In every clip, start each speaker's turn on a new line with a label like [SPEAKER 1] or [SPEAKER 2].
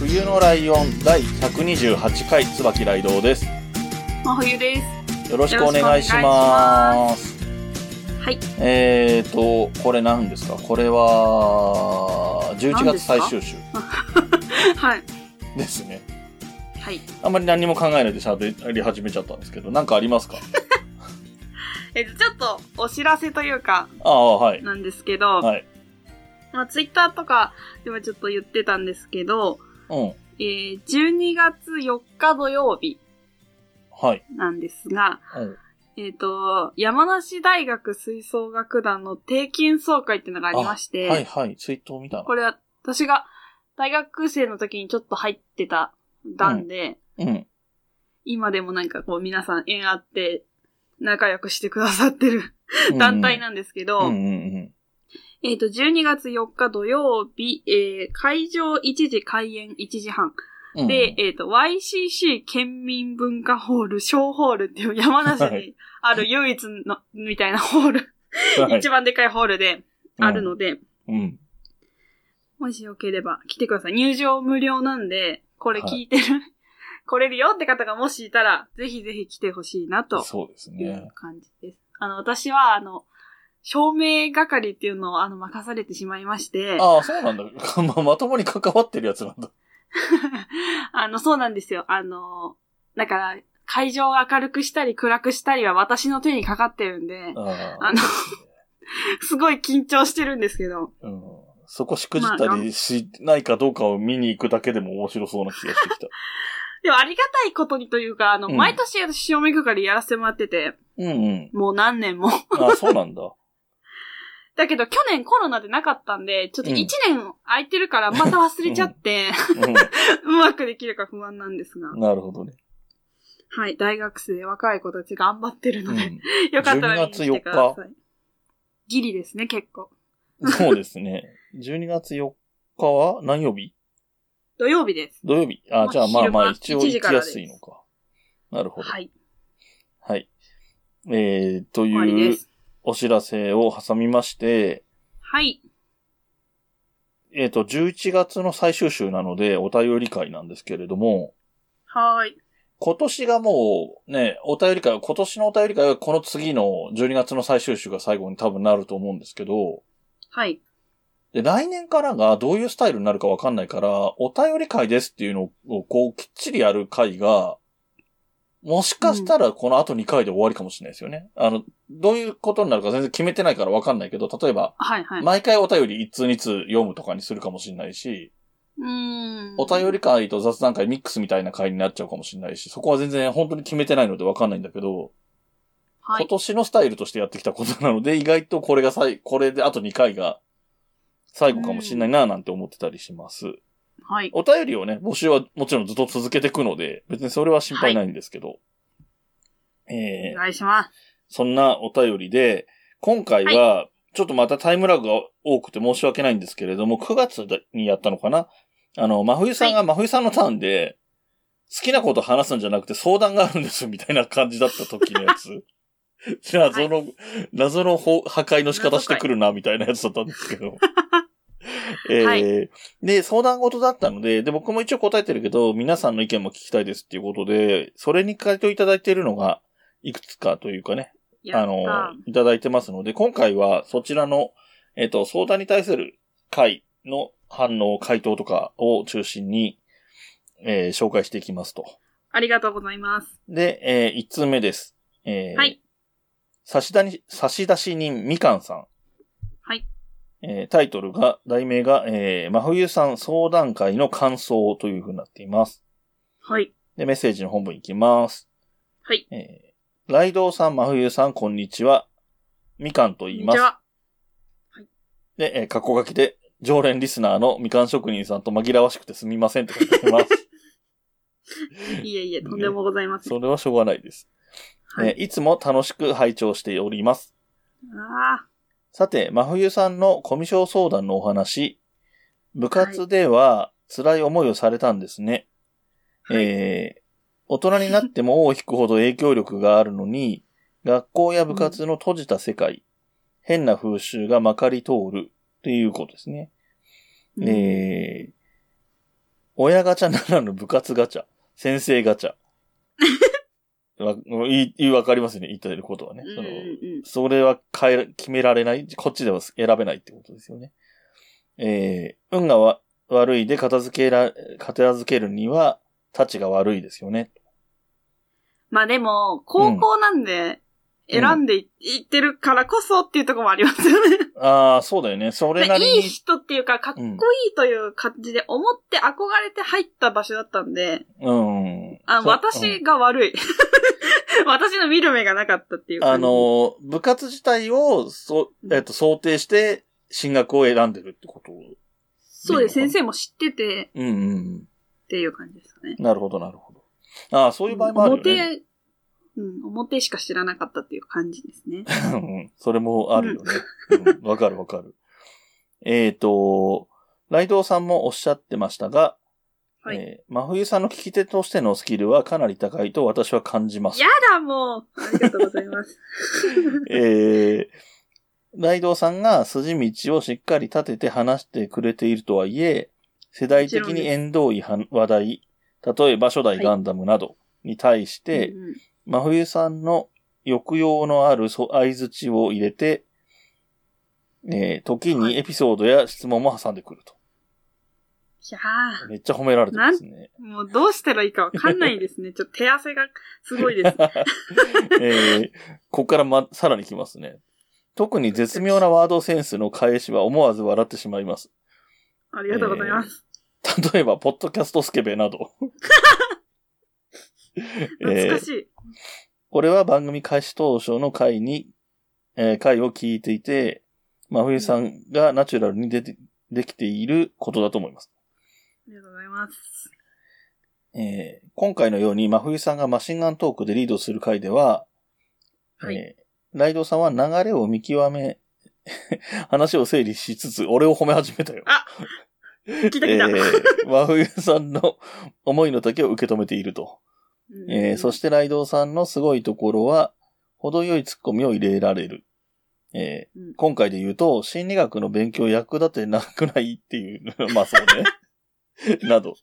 [SPEAKER 1] 冬のライオン第128回椿雷堂です。
[SPEAKER 2] 真冬です
[SPEAKER 1] よろしくお願いします。
[SPEAKER 2] はい
[SPEAKER 1] えーと、これ何ですかこれは、11
[SPEAKER 2] 何で
[SPEAKER 1] 月
[SPEAKER 2] すか
[SPEAKER 1] 最終週
[SPEAKER 2] はい
[SPEAKER 1] ですね。
[SPEAKER 2] はい
[SPEAKER 1] あんまり何も考えないで喋り始めちゃったんですけど、なんかありますか
[SPEAKER 3] えっとちょっとお知らせというか
[SPEAKER 1] ああ、はい。
[SPEAKER 3] なんですけど、
[SPEAKER 1] はい。
[SPEAKER 3] まあ、ツイッターとかでもちょっと言ってたんですけど、
[SPEAKER 1] うん。
[SPEAKER 3] えー12月4日土曜日
[SPEAKER 1] はい。
[SPEAKER 3] なんですが、
[SPEAKER 1] うん
[SPEAKER 3] えっ、と、山梨大学吹奏楽団の定期演奏会っていうのがありまして、
[SPEAKER 1] はいはい。ツイートを見たの
[SPEAKER 3] これは私が大学生の時にちょっと入ってた団で、
[SPEAKER 1] うん。
[SPEAKER 3] 今でもなんかこう皆さん縁あって仲良くしてくださってる団体なんですけど、
[SPEAKER 1] うんうんうん。
[SPEAKER 3] えっ、と、12月4日土曜日、えー会場1時開演1時半。
[SPEAKER 1] うんうん、
[SPEAKER 3] で、えっ、と、YCC 県民文化ホール、小ホールっていう山梨
[SPEAKER 1] は
[SPEAKER 3] にある唯一の、みたいなホール、
[SPEAKER 1] はい
[SPEAKER 3] 一番でかいホールであるので、
[SPEAKER 1] うん。
[SPEAKER 3] もしよければ来てください。入場無料なんで、これ聞いてる、 来れるよって方がもしいたら、ぜひぜひ来てほしいなと
[SPEAKER 1] そうです
[SPEAKER 3] い
[SPEAKER 1] ね
[SPEAKER 3] う。感じです。あの、私は、あの、照明係っていうのを、あの、任されてしまいまして、
[SPEAKER 1] ああ、そうなんだ。ままともに関わってるやつなんだ。
[SPEAKER 3] あの、そうなんですよ。あの、だから、会場を明るくしたり暗くしたりは私の手にかかってるんで、
[SPEAKER 1] あ
[SPEAKER 3] あの、 すごい緊張してるんですけど、
[SPEAKER 1] うんそこしくじったりしないかどうかを見に行くだけでも面白そうな気がしてきた。
[SPEAKER 3] でもありがたいことにというか、あの、
[SPEAKER 1] うん
[SPEAKER 3] 毎年私、照明係やらせてもらってて、
[SPEAKER 1] うんうん。
[SPEAKER 3] もう何年も。
[SPEAKER 1] あ、そうなんだ。
[SPEAKER 3] だけど、去年コロナでなかったんで、ちょっと
[SPEAKER 1] うん
[SPEAKER 3] 1年空いてるから、また忘れちゃって、 うまくできるか不安なんですが
[SPEAKER 1] う。ん、なるほどね。
[SPEAKER 3] はい、大学生、若い子たち頑張ってる
[SPEAKER 1] う
[SPEAKER 3] ので、
[SPEAKER 1] ん、
[SPEAKER 3] よかったら見に来てくだ
[SPEAKER 1] 12
[SPEAKER 3] さい。ギリですね、結構。
[SPEAKER 1] そうですね。12月4日は何曜日
[SPEAKER 3] 土曜日です。
[SPEAKER 1] 土曜日。あ、じゃあまあまあ
[SPEAKER 3] 昼
[SPEAKER 1] 一応
[SPEAKER 3] 間
[SPEAKER 1] 行きやすいのか。なるほど。
[SPEAKER 3] は
[SPEAKER 1] はい。
[SPEAKER 3] い、
[SPEAKER 1] えー、と
[SPEAKER 3] 終わり
[SPEAKER 1] い
[SPEAKER 3] で
[SPEAKER 1] う
[SPEAKER 3] す。
[SPEAKER 1] お知らせを挟みまして、
[SPEAKER 3] はい、
[SPEAKER 1] えっ、と、11月の最終週なのでお便り会なんですけれども、
[SPEAKER 3] はーい。
[SPEAKER 1] 今年がもうね、お便り会は、今年のお便り会はこの次の12月の最終週が最後に多分なると思うんですけど、
[SPEAKER 3] はい。
[SPEAKER 1] で、来年からがどういうスタイルになるかわかんないから、お便り会ですっていうのをこうきっちりやる会が、もしかしたらこの後2回で終わりかもしれないですよね。あの、どういうことになるか全然決めてないからわかんないけど、例えば、
[SPEAKER 3] はい、はい。
[SPEAKER 1] 毎回お便り1通2通読むとかにするかもしれないし、
[SPEAKER 3] うーん。
[SPEAKER 1] お便り会と雑談会ミックスみたいな会になっちゃうかもしれないし、そこは全然本当に決めてないのでわかんないんだけど、
[SPEAKER 3] は
[SPEAKER 1] 今
[SPEAKER 3] い。
[SPEAKER 1] 年のスタイルとしてやってきたことなので、意外とこれが最、これであと2回が最後かもしれないなぁなんて思ってたりします。
[SPEAKER 3] はい。
[SPEAKER 1] お便りをね、募集はもちろんずっと続けていくので、別にそれは心配ないんですけど。え
[SPEAKER 3] お
[SPEAKER 1] ー
[SPEAKER 3] 願いします。
[SPEAKER 1] そんなお便りで、今回は、ちょっとまたタイムラグが多くて申し訳ないんですけれども、9月にやったのかなあの、真冬さんが真冬さんのターンで、好きなこと話すんじゃなくて相談があるんですみたいな感じだった時のや つ。謎の、謎のほ破壊の仕方してくるな、みたいなやつだったんです けど。えー
[SPEAKER 3] はい
[SPEAKER 1] で、相談事だったので、で、僕も一応答えてるけど、皆さんの意見も聞きたいですっていうことで、それに回答いただいているのが、いくつかというかね、
[SPEAKER 3] や
[SPEAKER 1] あ
[SPEAKER 3] った
[SPEAKER 1] の、いただいてますので、今回はそちらの、えっ、と、相談に対する回の反応、回答とかを中心に、えー紹介していきますと。
[SPEAKER 3] ありがとうございます。
[SPEAKER 1] で、え1通目です。えー
[SPEAKER 3] はい。
[SPEAKER 1] 差し出に、差し出し人みかんさん。
[SPEAKER 3] はい。
[SPEAKER 1] えータイトルが、題名が、えー、真冬さん相談会の感想というふうになっています。
[SPEAKER 3] はい。
[SPEAKER 1] で、メッセージの本文いきます。
[SPEAKER 3] はい。
[SPEAKER 1] えー、ライドウさん、真冬さん、こんにちは。みかんと
[SPEAKER 3] こん
[SPEAKER 1] 言い
[SPEAKER 3] に
[SPEAKER 1] ま
[SPEAKER 3] ち
[SPEAKER 1] す。
[SPEAKER 3] は。
[SPEAKER 1] で、えー、過去書きで、常連リスナーのみかん職人さんと紛らわしくてすみませんって書いてあ ります。
[SPEAKER 3] いえいえ、とんでもございません。
[SPEAKER 1] それはしょうがないです。
[SPEAKER 3] はい
[SPEAKER 1] えーいつも楽しく拝聴しております。
[SPEAKER 3] ああ、
[SPEAKER 1] さて、真冬さんのコミュ障相談のお話。部活では辛い思いをされたんですね。
[SPEAKER 3] はい
[SPEAKER 1] えー大人になっても尾を引くほど影響力がある のに、学校や部活の閉じた世界、変な風習がまかり通るということですね。
[SPEAKER 3] うん
[SPEAKER 1] えー親ガチャならぬ部活ガチャ、先生ガ チャ。わいい、わかりますね、言ってることはね。
[SPEAKER 3] うん
[SPEAKER 1] その
[SPEAKER 3] うん
[SPEAKER 1] それは変えら、決められない。こっちでは選べないってことですよね。えー、運がわ悪いで片付けら、片付けるには、たちが悪いですよね。
[SPEAKER 3] まあでも、高校なんで、
[SPEAKER 1] うん
[SPEAKER 3] 選んでいいってるからこそっていうところもありますよね。
[SPEAKER 1] ああ、そうだよね。それなり
[SPEAKER 3] いい
[SPEAKER 1] に。
[SPEAKER 3] 人っていうか、かっこいいという感じで思って憧れて入った場所だったんで、
[SPEAKER 1] うん。
[SPEAKER 3] あ
[SPEAKER 1] そ
[SPEAKER 3] 私、が悪い。 私の見る目がなかったっていう
[SPEAKER 1] うんあ
[SPEAKER 3] 感じ。
[SPEAKER 1] のー、部活自体を、そ、えっと、想定して、進学を選んでるってこと。
[SPEAKER 3] そうです。
[SPEAKER 1] 見
[SPEAKER 3] 先
[SPEAKER 1] るのか
[SPEAKER 3] 生も知ってて
[SPEAKER 1] うんうん
[SPEAKER 3] っていう感じですかね。
[SPEAKER 1] うん。なるほど、なるほど。ああ、そういう場合もあるよね。
[SPEAKER 3] 表、うん、表しか知らなかったっていう感じですね。
[SPEAKER 1] うんそれもあるよね。うんわ、かるわかる。えっ、と、ライドウさんもおっしゃってましたが、
[SPEAKER 3] はい
[SPEAKER 1] えー真冬さんの聞き手としてのスキルはかなり高いと私は感じます
[SPEAKER 3] や。だ、もうありがとうございます。
[SPEAKER 1] えー、ライドウさんが筋道をしっかり立てて話してくれているとはいえ、世代的に縁遠いは話題、例えば初代ガンダムなどに対して、
[SPEAKER 3] うんうん
[SPEAKER 1] 真冬さんの抑揚のある相づちを入れて、えー時にエピソードや質問も挟んでくると。
[SPEAKER 3] いや
[SPEAKER 1] めっちゃ褒められてますね。
[SPEAKER 3] ー、もうどうしたらいいかわかんない ですね。ちょっと手汗がすごいです。
[SPEAKER 1] えーここからま、さらに来ますね。特に絶妙なワードセンスの返しは思わず笑ってしまいます。
[SPEAKER 3] ありがとうございます。
[SPEAKER 1] 例えば、ポッドキャストスケベなど。
[SPEAKER 3] 懐
[SPEAKER 1] え
[SPEAKER 3] か
[SPEAKER 1] ー
[SPEAKER 3] しい。
[SPEAKER 1] これは番組開始当初の回に、えー回を聞いていて、真冬さんがナチュラルに出て、できていることだと思います。
[SPEAKER 3] ありがとうございます。
[SPEAKER 1] えー今回のように真冬さんがマシンガントークでリードする回では、
[SPEAKER 3] はい
[SPEAKER 1] えーライドさんは流れを見極め、 話を整理しつつ、俺を褒め始めたよ。
[SPEAKER 3] 来た来た。
[SPEAKER 1] えー真冬さんの思いの丈を受け止めていると。
[SPEAKER 3] うん
[SPEAKER 1] えーそしてライドさんのすごいところは、程よいツッコミを入れられる。えー
[SPEAKER 3] うん
[SPEAKER 1] 今回で言うと、心理学の勉強役立てなくないっていう、 まあそうね。 など。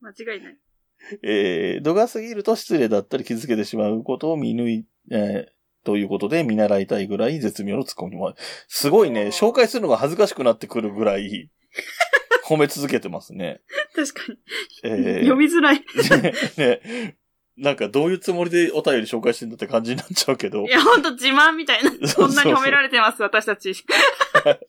[SPEAKER 3] 間違いない。
[SPEAKER 1] えー度が過ぎると失礼だったり気づけてしまうことを見抜い、えーということで見習いたいぐらい絶妙のツッコミもある。すごいね、紹介するのが恥ずかしくなってくるぐらい、 褒め続けてますね。
[SPEAKER 3] 確かに。
[SPEAKER 1] え
[SPEAKER 3] 読みづらい。い
[SPEAKER 1] ーね、なんかどういうつもりでお便り紹介してんだって感じになっちゃうけど、
[SPEAKER 3] や、ほんと自慢みたいな。
[SPEAKER 1] そ
[SPEAKER 3] こ
[SPEAKER 1] うん
[SPEAKER 3] なに褒められてます、私たち。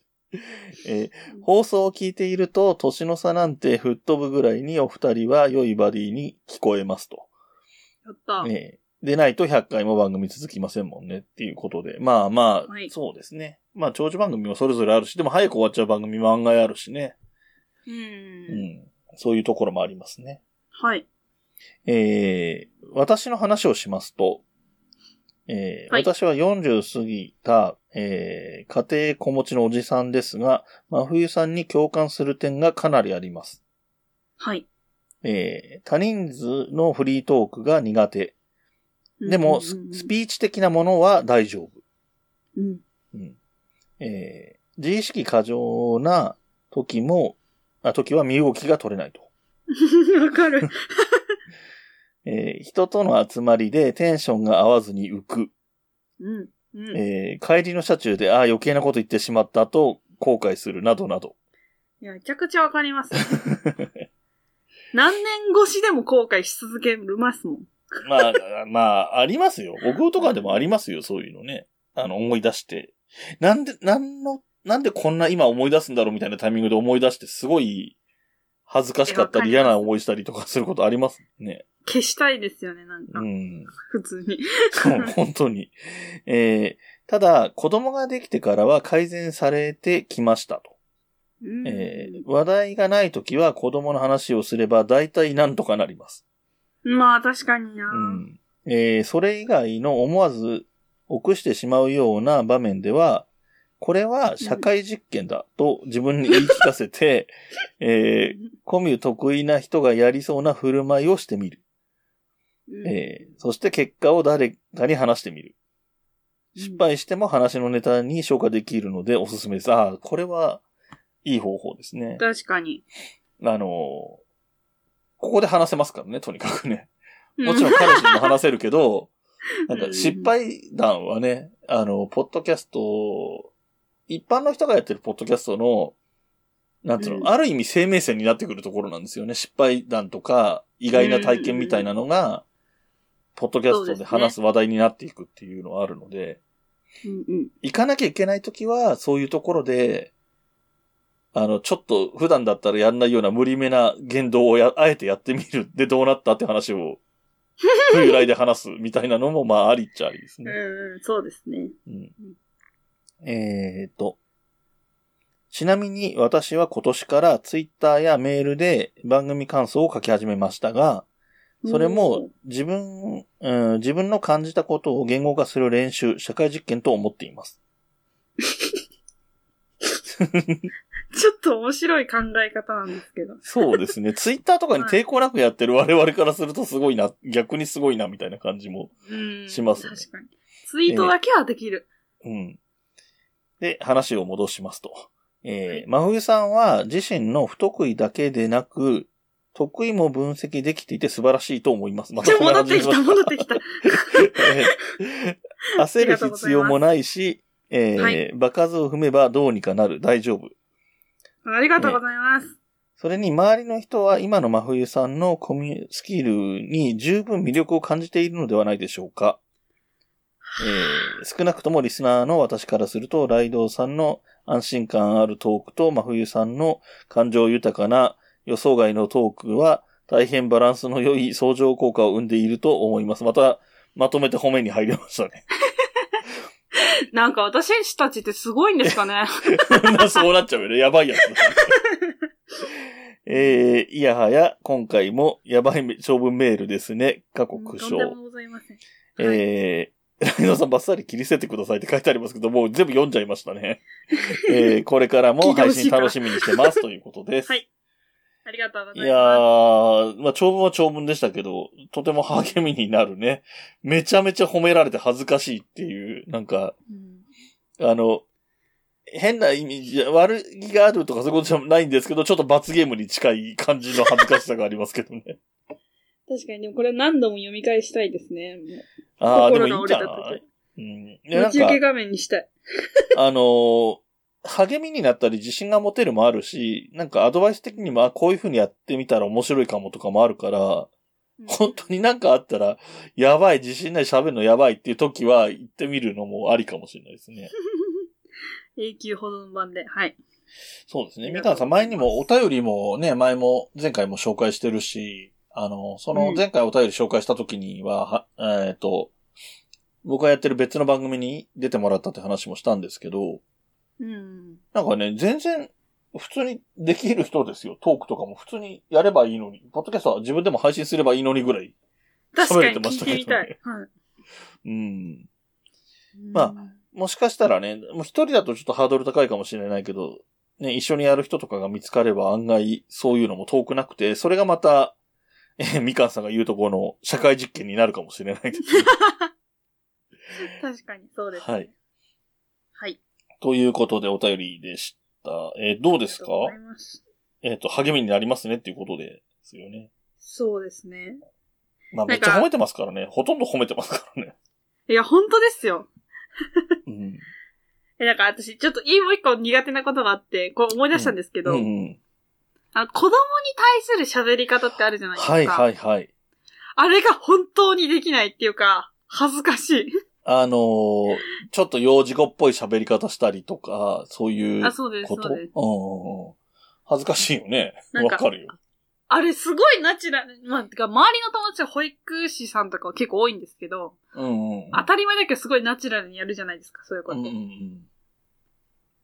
[SPEAKER 1] えー放送を聞いていると、年の差なんて吹っ飛ぶぐらいにお二人は良いバディに聞こえますと。
[SPEAKER 3] やった。
[SPEAKER 1] ええでないと100回も番組続きませんもんねっていうことで。まあまあ、
[SPEAKER 3] はい
[SPEAKER 1] そうですね。まあ長寿番組もそれぞれあるし、でも早く終わっちゃう番組も案外あるしね。
[SPEAKER 3] う。
[SPEAKER 1] うんん。そういうところもありますね。
[SPEAKER 3] はい。
[SPEAKER 1] えー私の話をしますと、えー
[SPEAKER 3] はい
[SPEAKER 1] 私は40過ぎた、えー家庭子持ちのおじさんですが、真冬さんに共感する点がかなりあります。
[SPEAKER 3] はい。
[SPEAKER 1] えー多人数のフリートークが苦手。でも、ススピーチ的なものは大丈夫。
[SPEAKER 3] うん。
[SPEAKER 1] うんえー自意識過剰な時も、あ時は身動きが取れないと。
[SPEAKER 3] わかる。
[SPEAKER 1] えー人との集まりでテンションが合わずに浮く。
[SPEAKER 3] うん。うん。
[SPEAKER 1] えー帰りの車中で、ああ、余計なこと言ってしまったと後悔するなどなど。
[SPEAKER 3] いや、めちゃくちゃわかります。 何年越しでも後悔し続けますもん。
[SPEAKER 1] まあ、まあ、ありますよ。僕とかでもありますよ、そういうのね。あの、思い出して。なんで、なんの、なんでこんな今思い出すんだろうみたいなタイミングで思い出して、すごい恥ずかしかったり
[SPEAKER 3] いや
[SPEAKER 1] 嫌な思いしたりとかすることありますね。
[SPEAKER 3] 消したいですよね、なんか。
[SPEAKER 1] うん。
[SPEAKER 3] 普通に。
[SPEAKER 1] そう、本当に。えーただ、子供ができてからは改善されてきましたと。
[SPEAKER 3] うん
[SPEAKER 1] えー話題がないときは子供の話をすれば大体なんとかなります。
[SPEAKER 3] まあ、確かにな。
[SPEAKER 1] うんえーそれ以外の思わず臆してしまうような場面では、これは社会実験だと自分に言い聞かせて、 えーコミュ得意な人がやりそうな振る舞いをしてみる。
[SPEAKER 3] うん
[SPEAKER 1] えーそして結果を誰かに話してみる。失敗しても話のネタに消化できるのでおすすめです。ああ、これはいい方法ですね。
[SPEAKER 3] 確かに。
[SPEAKER 1] あのーここで話せますからね、とにかくね。
[SPEAKER 3] う
[SPEAKER 1] もちろん彼氏にも話せるけ ど、なん
[SPEAKER 3] う
[SPEAKER 1] か
[SPEAKER 3] ん
[SPEAKER 1] 失敗談はね、あの、ポッドキャスト、一般の人がやってるポッドキャストの、なんつうの、
[SPEAKER 3] うん
[SPEAKER 1] ある意味生命線になってくるところなんですよね。失敗談とか、意外な体験みたいなのが、ポッドキャストで話す話題になっていくっていうのはあるので、
[SPEAKER 3] うんうん
[SPEAKER 1] 行かなきゃいけないときは、そういうところで、あの、ちょっと普段だったらやんないような無理めな言動をや、あえてやってみる。で、どうなったって話を、由来で話すみたいなのも、まあ、ありっちゃありですね。
[SPEAKER 3] うんうん、そうですね。
[SPEAKER 1] うんえーと。ちなみに私は今年からツイッターやメールで番組感想を書き始めましたが、それも自分、うん、自分の感じたことを言語化する練習、社会実験と思っています。
[SPEAKER 3] ちょっと面白い考え方なんですけど。
[SPEAKER 1] そうで すね。ツイッターとかに抵抗なくやってる我々からするとすごいな、逆にすごいなみたいな感じも。
[SPEAKER 3] うん。
[SPEAKER 1] しますね
[SPEAKER 3] 確かに。ツイートだけはできる。
[SPEAKER 1] うん。で、話を戻しますと。えー、真冬さんは自身の不得意だけでなく、得意も分析できていて素晴らしいと思います。ま
[SPEAKER 3] ちょ、
[SPEAKER 1] こん な
[SPEAKER 3] 戻っ
[SPEAKER 1] 感
[SPEAKER 3] てき
[SPEAKER 1] じにしま
[SPEAKER 3] た、
[SPEAKER 1] す
[SPEAKER 3] 戻ってきた。
[SPEAKER 1] えー焦る必要もないし、えー
[SPEAKER 3] は
[SPEAKER 1] 場数を踏めばどうにかなる。大丈夫。
[SPEAKER 3] ありがとうございます。
[SPEAKER 1] それに周りの人は今の真冬さんのコミュスキルに十分魅力を感じているのではないでしょうか。えー少なくともリスナーの私からすると、ライドウさんの安心感あるトークと真冬さんの感情豊かな予想外のトークは大変バランスの良い相乗効果を生んでいると思います。また、まとめて褒めに入りましたね。
[SPEAKER 3] なんか私たちってすごいんですか ね。
[SPEAKER 1] みんなそうなっちゃうよね。やばいやつ。えー、いやはや、今回もやばいめ長文メールですね。過去苦
[SPEAKER 3] とんでも
[SPEAKER 1] 笑。
[SPEAKER 3] ございません。はい
[SPEAKER 1] えー、ライドさんばっさり切り捨ててくださいって書いてありますけど、もう全部読んじゃいまし たね。えー、これからも配信楽しみにしてますということです。
[SPEAKER 3] はいありがとうご
[SPEAKER 1] い
[SPEAKER 3] ざい
[SPEAKER 1] や
[SPEAKER 3] ま
[SPEAKER 1] ー、まあ、長文は長文でしたけど、とても励みになるね。めちゃめちゃ褒められて恥ずかしいっていう、なんか、
[SPEAKER 3] す。うん
[SPEAKER 1] あの、変な意味じゃ、悪気があるとかそういうことじゃないんですけど、ちょっと罰ゲームに近い感じの恥ずかしさがありますけど ね。
[SPEAKER 3] 確かに、でもこれ何度も読み返したいですね。
[SPEAKER 1] ああ、で
[SPEAKER 3] 心
[SPEAKER 1] もいい
[SPEAKER 3] が
[SPEAKER 1] ん
[SPEAKER 3] 折れ
[SPEAKER 1] じゃ
[SPEAKER 3] た
[SPEAKER 1] ない
[SPEAKER 3] 時。
[SPEAKER 1] うん。でな
[SPEAKER 3] 待
[SPEAKER 1] ん
[SPEAKER 3] ち受け
[SPEAKER 1] か、
[SPEAKER 3] 画面にしたい。
[SPEAKER 1] あのー励みになったり自信が持てるもあるし、なんかアドバイス的にも、あこういう風にやってみたら面白いかもとかもあるから、本当になんかあったら、やばい、自信ない、喋るのやばいっていう時は、行ってみるのもありかもしれないですね。
[SPEAKER 3] 永久保存版で。はい。
[SPEAKER 1] そうです
[SPEAKER 3] あ
[SPEAKER 1] ね。
[SPEAKER 3] り
[SPEAKER 1] み
[SPEAKER 3] が
[SPEAKER 1] か
[SPEAKER 3] とうん
[SPEAKER 1] さ
[SPEAKER 3] ござ
[SPEAKER 1] ん、前
[SPEAKER 3] います
[SPEAKER 1] にもお便りもね、前も、前回も紹介してるし、あの、そうの
[SPEAKER 3] ん
[SPEAKER 1] 前回お便り紹介した時には、はえっ、と、僕がやってる別の番組に出てもらったって話もしたんですけど、
[SPEAKER 3] うん。
[SPEAKER 1] なんかね、全然、普通にできる人ですよ。トークとかも普通にやればいいのに。ポッドキャストは自分でも配信すればいいのにぐらい。
[SPEAKER 3] 確かに
[SPEAKER 1] 喋れてまし
[SPEAKER 3] 聞
[SPEAKER 1] た
[SPEAKER 3] い
[SPEAKER 1] け
[SPEAKER 3] て
[SPEAKER 1] どね
[SPEAKER 3] みたい。はい。
[SPEAKER 1] うん。ま
[SPEAKER 3] あ、
[SPEAKER 1] もしかしたらね、もう一人だとちょっとハードル高いかもしれないけど、ね、一緒にやる人とかが見つかれば案外そういうのも遠くなくて、それがまた、えーみかんさんが言うとこの社会実験になるかもし れないですね。
[SPEAKER 3] 確かに、そうです、
[SPEAKER 1] はい。
[SPEAKER 3] はい。
[SPEAKER 1] ということでお便りでした。えーどうですか
[SPEAKER 3] ありがとうございます
[SPEAKER 1] えっ、と、励みになりますねっていうことですよね。
[SPEAKER 3] そうですね。
[SPEAKER 1] まあめ
[SPEAKER 3] なん
[SPEAKER 1] っ
[SPEAKER 3] か
[SPEAKER 1] ちゃ褒めてますからね。ほとんど褒めてますからね。
[SPEAKER 3] いや、本当ですよ。
[SPEAKER 1] うん。
[SPEAKER 3] え、なんか私、ちょっといいもう一個苦手なことがあって、こう思い出したんですけ
[SPEAKER 1] う
[SPEAKER 3] ど、
[SPEAKER 1] んうん。
[SPEAKER 3] あの子供に対する喋り方ってあるじゃないですか。
[SPEAKER 1] はいはいはい。
[SPEAKER 3] あれが本当にできないっていうか、恥ずかしい。
[SPEAKER 1] あのーちょっと幼児語っぽい喋り方したりとか、そういう
[SPEAKER 3] あ、そうです、
[SPEAKER 1] こ
[SPEAKER 3] そ
[SPEAKER 1] と
[SPEAKER 3] うです。
[SPEAKER 1] うんうんうん恥ずかしいよね。
[SPEAKER 3] なん
[SPEAKER 1] わ
[SPEAKER 3] か
[SPEAKER 1] かるよ。
[SPEAKER 3] あれすごいナチュラル、まあ、てか周りの友達は保育士さんとかは結構多いんですけど、
[SPEAKER 1] うんうん。
[SPEAKER 3] 当たり前だけどすごいナチュラルにやるじゃないですか、そういうこ
[SPEAKER 1] う
[SPEAKER 3] と。
[SPEAKER 1] んうん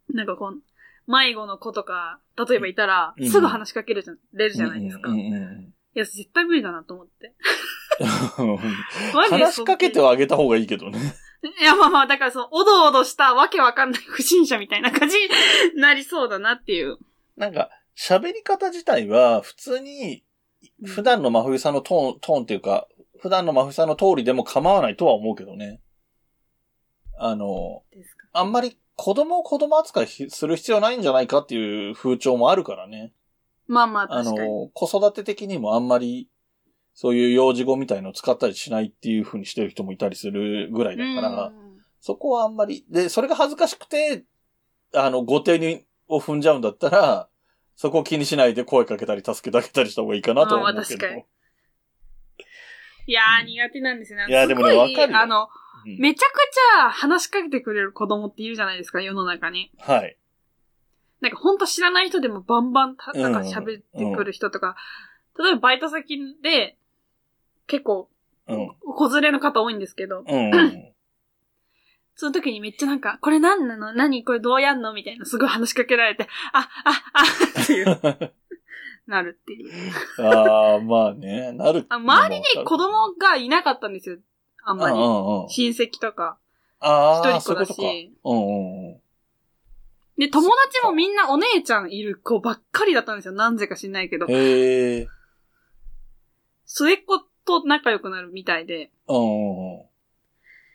[SPEAKER 1] うん。
[SPEAKER 3] なんかこう、迷子の子とか、例えばいたら、
[SPEAKER 1] うん
[SPEAKER 3] すぐ話しかけるじゃんれるじゃないですか。
[SPEAKER 1] うん
[SPEAKER 3] い
[SPEAKER 1] うんうん
[SPEAKER 3] や、絶対無理だなと思って。
[SPEAKER 1] うん
[SPEAKER 3] マジで
[SPEAKER 1] 話しかけてはあげた方がいいけどね。
[SPEAKER 3] いや、まあまあ、だからその、おどおどしたわけわかんない不審者みたいな感じになりそうだなっていう。
[SPEAKER 1] なんか、喋り方自体は、普通に、普段の真冬さんのトーン、トーンっていうか、普段の真冬さんの通りでも構わないとは思うけどね。あの、
[SPEAKER 3] ですか。
[SPEAKER 1] あんまり子供を子供扱いひする必要ないんじゃないかっていう風潮もあるからね。
[SPEAKER 3] まあまあ、
[SPEAKER 1] あ
[SPEAKER 3] 確かに。
[SPEAKER 1] の、子育て的にもあんまり、そういう幼児語みたいのを使ったりしないっていう風にしてる人もいたりするぐらいだから、
[SPEAKER 3] うん
[SPEAKER 1] そこはあんまり、で、それが恥ずかしくて、あの、後手に、を踏んじゃうんだったら、そこを気にしないで声かけたり助けてあげたりした方がいいかなとは思うけど
[SPEAKER 3] あー。まいやー、苦手なんですよね。
[SPEAKER 1] いやでもね
[SPEAKER 3] すご
[SPEAKER 1] わかるよ
[SPEAKER 3] あの、
[SPEAKER 1] うん
[SPEAKER 3] めちゃくちゃ話しかけてくれる子供っているじゃないですか、世の中に。
[SPEAKER 1] はい。
[SPEAKER 3] なんかほんと知らない人でもバンバンた、
[SPEAKER 1] うん
[SPEAKER 3] なんか喋ってくる人とか、例えばバイト先で、結構、
[SPEAKER 1] うん。
[SPEAKER 3] 子連れの方多いんですけど、
[SPEAKER 1] うんうん。
[SPEAKER 3] その時にめっちゃなんか、これ何なの何これどうやんのみたいな、すごい話しかけられて、あ、あ、あ、っていう、なるっていう。
[SPEAKER 1] ああ、まあね、なる。
[SPEAKER 3] あ周りに子供がいなかったんですよ、あんま
[SPEAKER 1] うんう
[SPEAKER 3] り。
[SPEAKER 1] んうん。
[SPEAKER 3] 親戚とか、一
[SPEAKER 1] あ
[SPEAKER 3] 人
[SPEAKER 1] あ、
[SPEAKER 3] っ子
[SPEAKER 1] そういう
[SPEAKER 3] だ
[SPEAKER 1] ことか。
[SPEAKER 3] し。
[SPEAKER 1] うんうんうん。
[SPEAKER 3] で、友達もみんなお姉ちゃんいる子ばっかりだったんですよ。なんぜか知んないけど。
[SPEAKER 1] へえ。
[SPEAKER 3] 末っ子と仲良くなるみたいで。
[SPEAKER 1] うんうんうん。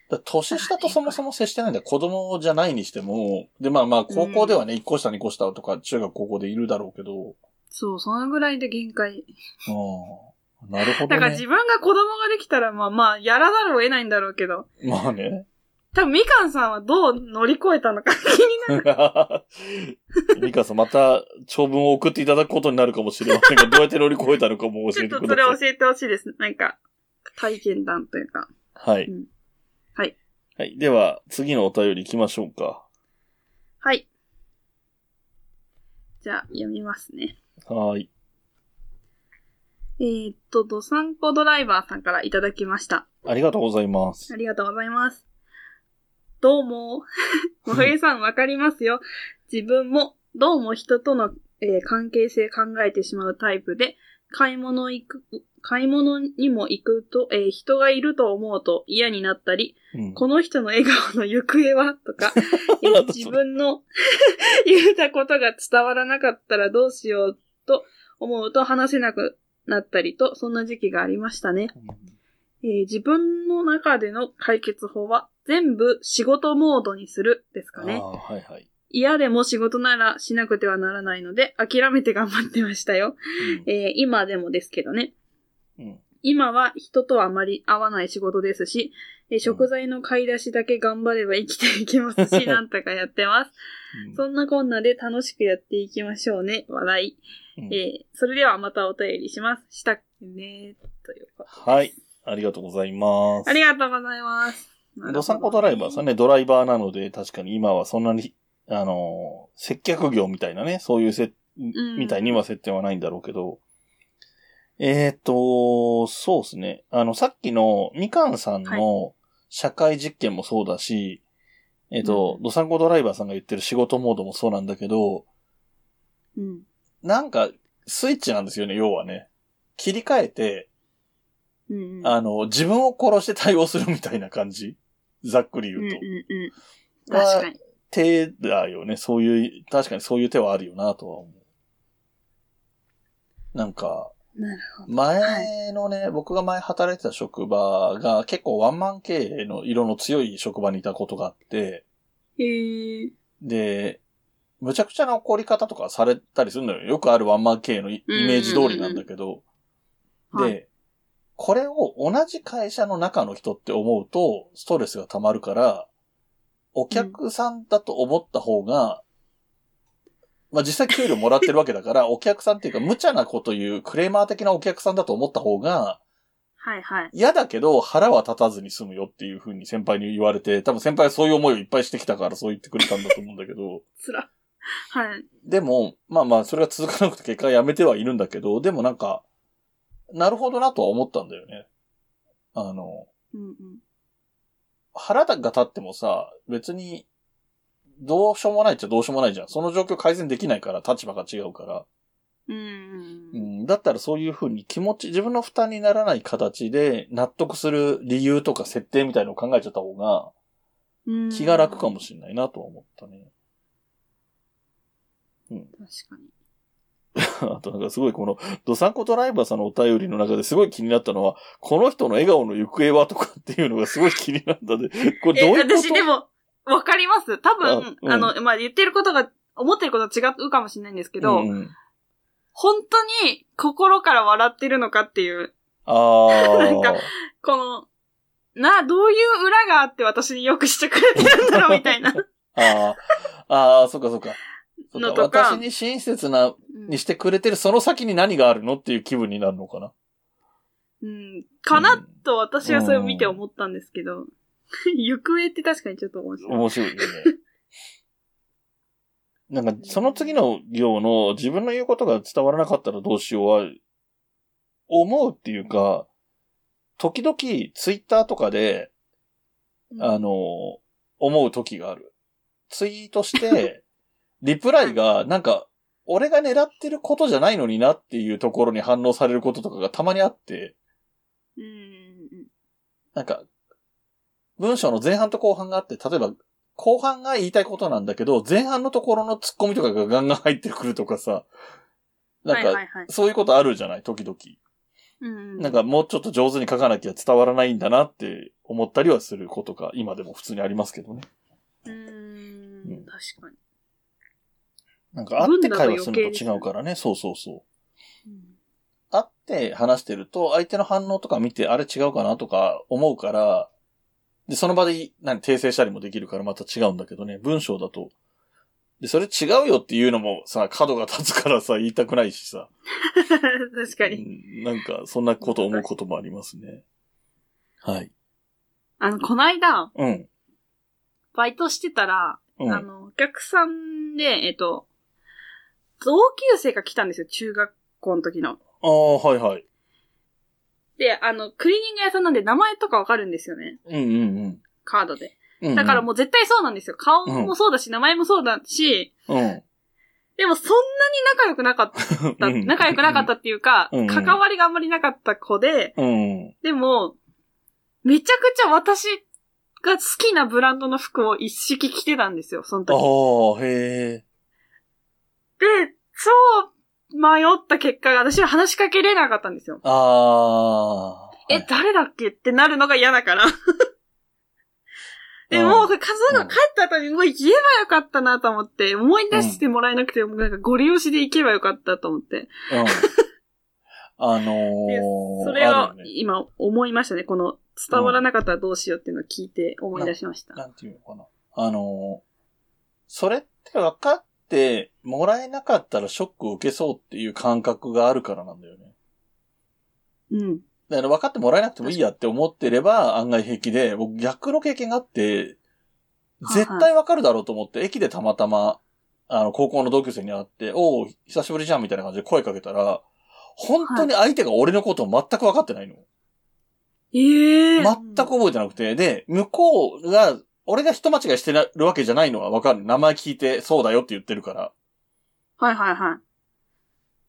[SPEAKER 1] だ年下とそもそも接してないんだよ。子供じゃないにしても。で、まあまあ、高校ではね、1個下2個下とか、中学高校でいるだろうけど。
[SPEAKER 3] そう、そのぐらいで限界。
[SPEAKER 1] ああ、なるほど、ね。
[SPEAKER 3] だから自分が子供ができたら、まあまあ、やらざるを得ないんだろうけど。
[SPEAKER 1] まあね。
[SPEAKER 3] 多分、みかんさんはどう乗り越えたのか 気になる。
[SPEAKER 1] ミカさん、また長文を送っていただくことになるかもしれませんが、どうやって乗り越えたのかも
[SPEAKER 3] ち
[SPEAKER 1] 教
[SPEAKER 3] ょ
[SPEAKER 1] え
[SPEAKER 3] ってと
[SPEAKER 1] く
[SPEAKER 3] そ
[SPEAKER 1] だ
[SPEAKER 3] れ
[SPEAKER 1] さい。
[SPEAKER 3] 教えてほしい です。なんか、体験談というか。
[SPEAKER 1] はい、
[SPEAKER 3] うんはい。
[SPEAKER 1] はい。では、次のお便り行きましょうか。
[SPEAKER 3] はい。じゃあ、読みますね。
[SPEAKER 1] はーい。
[SPEAKER 3] えー、っと、ドサンコドライバーさんからいただきました。
[SPEAKER 1] ありがとうございます
[SPEAKER 3] あ。りがとうございます。どうも。 もふえさん、わかりますよ。自分も、どうも人との、えー関係性考えてしまうタイプで、買い物行く、買い物にも行くと、えー人がいると思うと嫌になったり、
[SPEAKER 1] うん
[SPEAKER 3] この人の笑顔の行方はとか、え
[SPEAKER 1] なん
[SPEAKER 3] ー
[SPEAKER 1] だそれ
[SPEAKER 3] 自分の 言ったことが伝わらなかったらどうしようと思うと話せなくなったりと、そんな時期がありましたね。えー自分の中での解決法は全部仕事モードにするですか
[SPEAKER 1] ああ、
[SPEAKER 3] ね。
[SPEAKER 1] はいはい。
[SPEAKER 3] 嫌でも仕事ならしなくてはならないので諦めて頑張ってましたよ。えー今でもですけどね。
[SPEAKER 1] うんうん
[SPEAKER 3] 今は人とはあまり合わない仕事ですし、えー食材の買い出しだけ頑張れば生きていけます し、なんとかやってます。
[SPEAKER 1] うん
[SPEAKER 3] そんなこんなで楽しくやっていきましょうね。笑い。
[SPEAKER 1] うん
[SPEAKER 3] えーそれではまたお便りします。したっけねということです
[SPEAKER 1] はい。ありがとうございます。
[SPEAKER 3] ありがとうございます。
[SPEAKER 1] ドサンコドライバーさん
[SPEAKER 3] ね。
[SPEAKER 1] ね、ドライバーなので、確かに今はそんなに、あのー、接客業みたいなね、そういうせ、
[SPEAKER 3] ん
[SPEAKER 1] みたいには接点はないんだろうけど、えっ、と、そうですね。あの、さっきのみかんさんの社会実験もそうだし、えっ、と、
[SPEAKER 3] うん
[SPEAKER 1] ドサンコドライバーさんが言ってる仕事モードもそうなんだけど、
[SPEAKER 3] うん。
[SPEAKER 1] なんか、スイッチなんですよね、要はね。切り替えて、
[SPEAKER 3] うんうん。
[SPEAKER 1] あの、自分を殺して対応するみたいな感じ。ざっくり言
[SPEAKER 3] うんうん
[SPEAKER 1] う
[SPEAKER 3] う
[SPEAKER 1] と。
[SPEAKER 3] ん。確かに。
[SPEAKER 1] 手だよね。そういう、確かにそういう手はあるよなとは思う。なんか、
[SPEAKER 3] なるほど。
[SPEAKER 1] 前のね、僕が前働いてた職場が結構ワンマン経営の色の強い職場にいたことがあって、
[SPEAKER 3] へえ。
[SPEAKER 1] で、むちゃくちゃな怒り方とかされたりするのよ。よくあるワンマン経営のイイ
[SPEAKER 3] うんうんうんうん
[SPEAKER 1] メージ通りなんだけど、
[SPEAKER 3] は
[SPEAKER 1] で、これを同じ会社の中の人って思うと、ストレスが溜まるから、お客さんだと思った方が、まあ、実際給料もらってるわけ だから、お客さんっていうか、無茶なこと言う、クレーマー的なお客さんだと思った方が、
[SPEAKER 3] はいはい。
[SPEAKER 1] 嫌だけど腹は立たずに済むよっていう風に先輩に言われて、多分先輩はそういう思いをいっぱいしてきたからそう言ってくれたんだと思うんだけど、
[SPEAKER 3] つら。はい。
[SPEAKER 1] でも、まあまあ、それが続かなくて結果やめてはいるんだけど、でもなんか、なるほどなとは思ったんだよね。あの、
[SPEAKER 3] うんうん。
[SPEAKER 1] 腹が立ってもさ、別に、どうしようもないっちゃどうしようもないじゃん。その状況改善できないから、立場が違うから。
[SPEAKER 3] うん
[SPEAKER 1] う。ん、だったらそういうふうに気持ち、自分の負担にならない形で納得する理由とか設定みたいのを考えちゃった方が
[SPEAKER 3] うん
[SPEAKER 1] 気が楽かもしれないなとは思ったね。
[SPEAKER 3] 確かに。
[SPEAKER 1] あとなんかすごいこの、ドサンコドライバーさんのお便りの中ですごい気になったのは、この人の笑顔の行方はとかっていうのがすごい気になったんで、 これ
[SPEAKER 3] え、
[SPEAKER 1] どういうこと
[SPEAKER 3] 私でも、わかります。多分、
[SPEAKER 1] あうん
[SPEAKER 3] あの、まあ、言ってることが、思ってることは違うかもしれないんですけど、
[SPEAKER 1] うんうん
[SPEAKER 3] 本当に心から笑ってるのかっていう、
[SPEAKER 1] ああ。
[SPEAKER 3] なんかこの、な、どういう裏があって私によくしてくれてるんだろうみたいな
[SPEAKER 1] ああ、ああ、そっかそっか。そっ
[SPEAKER 3] の
[SPEAKER 1] か
[SPEAKER 3] とか
[SPEAKER 1] 私に親切な、
[SPEAKER 3] うん
[SPEAKER 1] にしてくれてるその先に何があるのっていう気分になるのかな。
[SPEAKER 3] うん。かなと私はそれを見て思ったんですけど、 行方って確かにちょっと面白い。
[SPEAKER 1] 面白いよね。なんか、その次の行の自分の言うことが伝わらなかったらどうしようは、思うっていうか、時々ツイッターとかで、あの、思う時がある。ツイートして、リプライが、なんか、俺が狙ってることじゃないのになっていうところに反応されることとかがたまにあって、
[SPEAKER 3] うんうん
[SPEAKER 1] なんか、文章の前半と後半があって、例えば、後半が言いたいことなんだけど、前半のところの突っ込みとかがガンガン入ってくるとかさ、
[SPEAKER 3] うん。
[SPEAKER 1] な
[SPEAKER 3] はい
[SPEAKER 1] ん
[SPEAKER 3] は
[SPEAKER 1] か、
[SPEAKER 3] いはい。
[SPEAKER 1] そういうことあるじゃない、時々。
[SPEAKER 3] うん
[SPEAKER 1] なんか、もうちょっと上手に書かなきゃ伝わらないんだなって思ったりはすることが、今でも普通にありますけどね。
[SPEAKER 3] うん。確かに。
[SPEAKER 1] なんか、会って会話すると違うからね。そうそうそう。会って話してると、相手の反応とか見て、あれ違うかなとか思うから、で、その場で、何、訂正したりもできるからまた違うんだけどね、文章だと。で、それ違うよっていうのもさ、角が立つからさ、言いたくないしさ。
[SPEAKER 3] 確か
[SPEAKER 1] う
[SPEAKER 3] に。
[SPEAKER 1] んなんか、そんなこと思うこともありますね。はい。
[SPEAKER 3] あの、こないだ、
[SPEAKER 1] うん。
[SPEAKER 3] バイトしてたら、
[SPEAKER 1] うん。
[SPEAKER 3] あ
[SPEAKER 1] あ
[SPEAKER 3] の、お客さんで、えっと、同級生が来たんですよ、中学校の時の。
[SPEAKER 1] あー、はいはい。
[SPEAKER 3] で、あの、クリーニング屋さんなんで名前とかわかるんですよね、
[SPEAKER 1] うんうんうん
[SPEAKER 3] カードで。
[SPEAKER 1] うんうん。
[SPEAKER 3] だからもう絶対そうなんですよ。顔もそうだし、名前もそうだし、
[SPEAKER 1] う、うん。
[SPEAKER 3] でもそんなに仲良くなかった、仲良くなかったっていうか、
[SPEAKER 1] うん
[SPEAKER 3] 関わりがあんまりなかった子で、
[SPEAKER 1] うん。
[SPEAKER 3] でも、めちゃくちゃ私が好きなブランドの服を一式着てたんですよ、その
[SPEAKER 1] あ
[SPEAKER 3] 時。
[SPEAKER 1] あ、へえ。
[SPEAKER 3] で、超迷った結果、私は話しかけれなかったんですよ。
[SPEAKER 1] ああ。
[SPEAKER 3] え、誰だっけってなるのが嫌だ から。で
[SPEAKER 1] うん
[SPEAKER 3] も、これカズオが帰った後に、もう言えばよかったなと思って、思い出してもらえなくて、もうなんかご利用しで行けばよかったと思って。
[SPEAKER 1] うん。あの
[SPEAKER 3] で
[SPEAKER 1] ー、
[SPEAKER 3] それ
[SPEAKER 1] あ
[SPEAKER 3] を
[SPEAKER 1] るよね
[SPEAKER 3] 今思いましたね。この伝わらなかったらどうしようっていうのを聞いて思い出しました。
[SPEAKER 1] なんていうのかな。あのー、それって分かってもらえなかったらショックを受けそうっていう感覚があるからなんだよね。
[SPEAKER 3] うん。
[SPEAKER 1] だから分かってもらえなくてもいいやって思ってれば案外平気で、僕逆の経験があって、
[SPEAKER 3] はい
[SPEAKER 1] 絶対分かるだろうと思って、駅でたまたま、あの、高校の同級生に会って、おお、久しぶりじゃんみたいな感じで声かけたら、本当に相手が俺のことを全く分かってないの。
[SPEAKER 3] ええー。
[SPEAKER 1] 全く覚えてなくて、で、向こうが、俺が人間違いしてるわけじゃないのはわかる。名前聞いて、そうだよって言ってるから。
[SPEAKER 3] はいはいはい。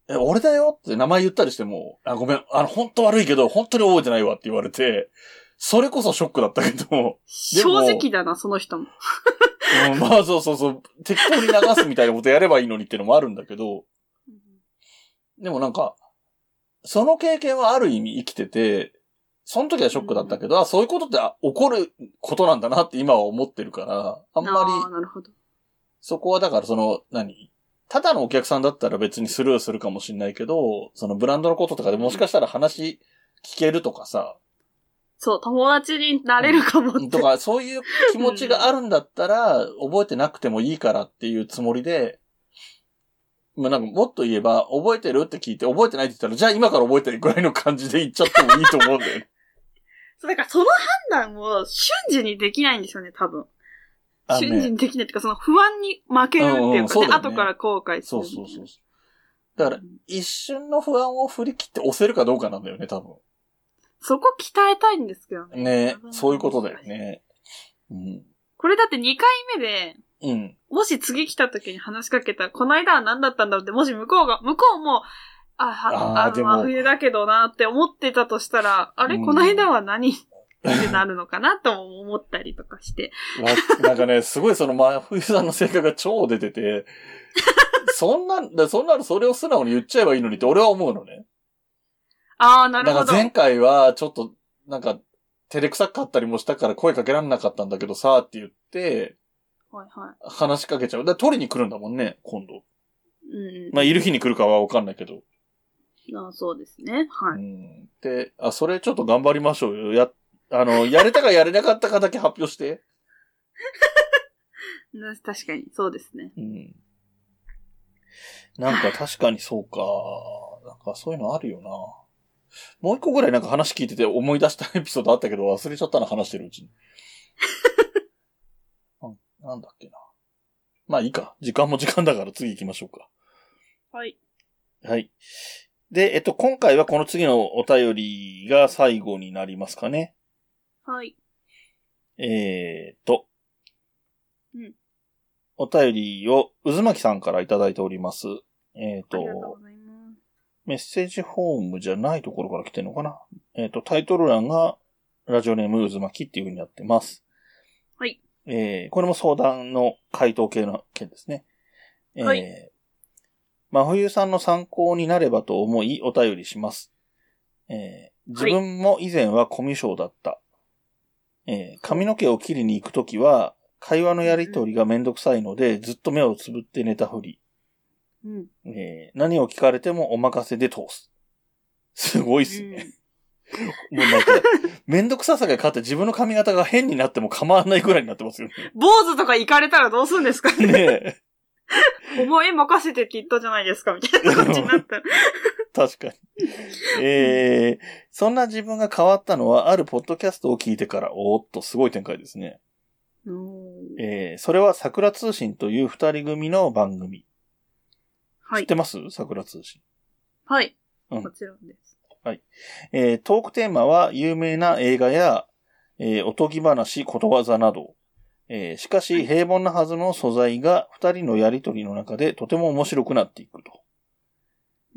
[SPEAKER 1] え、俺だよって名前言ったりしても、あ、ごめん、あの、本当悪いけど、本当に覚えてないわって言われて、それこそショックだったけど、でも
[SPEAKER 3] 正直だな、その人も。
[SPEAKER 1] うんまあそうそうそう、適当に流すみたいなことやればいいのにってのもあるんだけど、でもなんか、その経験はある意味生きてて、その時はショックだったけど、あそういうことってあ起こることなんだなって今は思ってるから、あんまり
[SPEAKER 3] あーなるほど。
[SPEAKER 1] そこはだからその、何ただのお客さんだったら別にスルーするかもしれないけど、そのブランドのこととかでもしかしたら話聞けるとかさ、
[SPEAKER 3] そう、友達になれるかもって。
[SPEAKER 1] とかそういう気持ちがあるんだったら、覚えてなくてもいいからっていうつもりで、まあなんかもっと言えば、覚えてるって聞いて、覚えてないって言ったら、じゃあ今から覚えてるぐらいの感じで言っちゃってもいいと思うんだ よね。
[SPEAKER 3] そう、だからその判断を瞬時にできないんですよね、多分。
[SPEAKER 1] あのね
[SPEAKER 3] 瞬時にできないっていうか、その不安に負けるって
[SPEAKER 1] うん
[SPEAKER 3] いううん
[SPEAKER 1] そ
[SPEAKER 3] か、
[SPEAKER 1] うだ
[SPEAKER 3] で、
[SPEAKER 1] よ
[SPEAKER 3] 後
[SPEAKER 1] ね
[SPEAKER 3] から後悔す
[SPEAKER 1] そ
[SPEAKER 3] る
[SPEAKER 1] う
[SPEAKER 3] みたいな。
[SPEAKER 1] そうそうそう。だから、一瞬の不安を振り切って押せるかどうかなんだよね、多分。
[SPEAKER 3] そこ鍛えたいんですけどね。
[SPEAKER 1] ねそういうことだよね。うん。
[SPEAKER 3] これだって2回目で、
[SPEAKER 1] うん。
[SPEAKER 3] もし次来た時に話しかけたら、この間は何だったんだろうって、もし向こうが、向こうも、あ、
[SPEAKER 1] あー
[SPEAKER 3] はあ
[SPEAKER 1] で
[SPEAKER 3] の、
[SPEAKER 1] も
[SPEAKER 3] 真冬だけどなって思ってたとしたら、あれ、
[SPEAKER 1] うん
[SPEAKER 3] この間は何ってなるのかなとも思ったりとかして。
[SPEAKER 1] わなん かね、すごいその真冬さんの性格が超出 てて、そんな、だそんなのそれを素直に言っちゃえばいいのにって俺は思うのね。
[SPEAKER 3] ああ、な
[SPEAKER 1] だ
[SPEAKER 3] る
[SPEAKER 1] か
[SPEAKER 3] ほ
[SPEAKER 1] ら
[SPEAKER 3] ど。
[SPEAKER 1] 前回はちょっと、なんか、照れくさかったりもしたから声かけられなかったんだけどさ、って言って、
[SPEAKER 3] はいは
[SPEAKER 1] 話しかけちゃう。だから取りに来るんだもんね、今度。
[SPEAKER 3] い。うん。
[SPEAKER 1] まあ、いる日に来るかはわかんないけど。
[SPEAKER 3] あーそうですね。は
[SPEAKER 1] う
[SPEAKER 3] い。
[SPEAKER 1] ん。で、あ、それちょっと頑張りましょうよ。や、あの、やれたかやれなかったかだけ発表して。
[SPEAKER 3] な確かに、そうですね。
[SPEAKER 1] うん。なんか確かにそうか。なんかそういうのあるよな。もう一個ぐらいなんか話聞いてて思い出したエピソードあったけど忘れちゃったな、話してるうち に。なんなんだっけな。まあいいか。時間も時間だから次行きましょうか。
[SPEAKER 3] はい。
[SPEAKER 1] はい。で、えっと、今回はこの次のお便りが最後になりますかね。
[SPEAKER 3] はい。
[SPEAKER 1] えーっと。
[SPEAKER 3] うん
[SPEAKER 1] お便りを、渦巻さんからいただいております。えーっ
[SPEAKER 3] ありがとう
[SPEAKER 1] と
[SPEAKER 3] ご、ざいます。
[SPEAKER 1] メッセージフォームじゃないところから来てるのかなえっ、と、タイトル欄が、ラジオネーム渦巻きっていう風になってます。
[SPEAKER 3] はい。
[SPEAKER 1] えー、これも相談の回答系の件ですね。えー、
[SPEAKER 3] はい
[SPEAKER 1] 真冬さんの参考になればと思いお便りします。えー、自分も以前はコミュ障だった。えー、髪の毛を切りに行くときは、会話のやりとりがめんどくさいので、ずっと目をつぶって寝たふり。
[SPEAKER 3] うん。
[SPEAKER 1] えー何を聞かれてもお任せで通す。すごいっすね。もう なんか、めんどくささが勝って自分の髪型が変になっても構わないぐらいになってますよ
[SPEAKER 3] 坊主とか行かれたらどうすんですか
[SPEAKER 1] ね。ね
[SPEAKER 3] お前任せてって言ったじゃないですかみたいな感じにな ったら。
[SPEAKER 1] え、確かに。えーそんな自分が変わったのは、あるポッドキャストを聞いてから、おーっと、すごい展開ですね。
[SPEAKER 3] うん
[SPEAKER 1] えーそれは桜通信という二人組の番組。
[SPEAKER 3] は
[SPEAKER 1] 知っ
[SPEAKER 3] い
[SPEAKER 1] て。ます桜通信。
[SPEAKER 3] はい。
[SPEAKER 1] うん
[SPEAKER 3] もちろんです。
[SPEAKER 1] えートークテーマは有名な映画や、えーおとぎ話、ことわざなど。えーしかし、平凡なはずの素材が二人のやりとりの中でとても面白くなっていくと。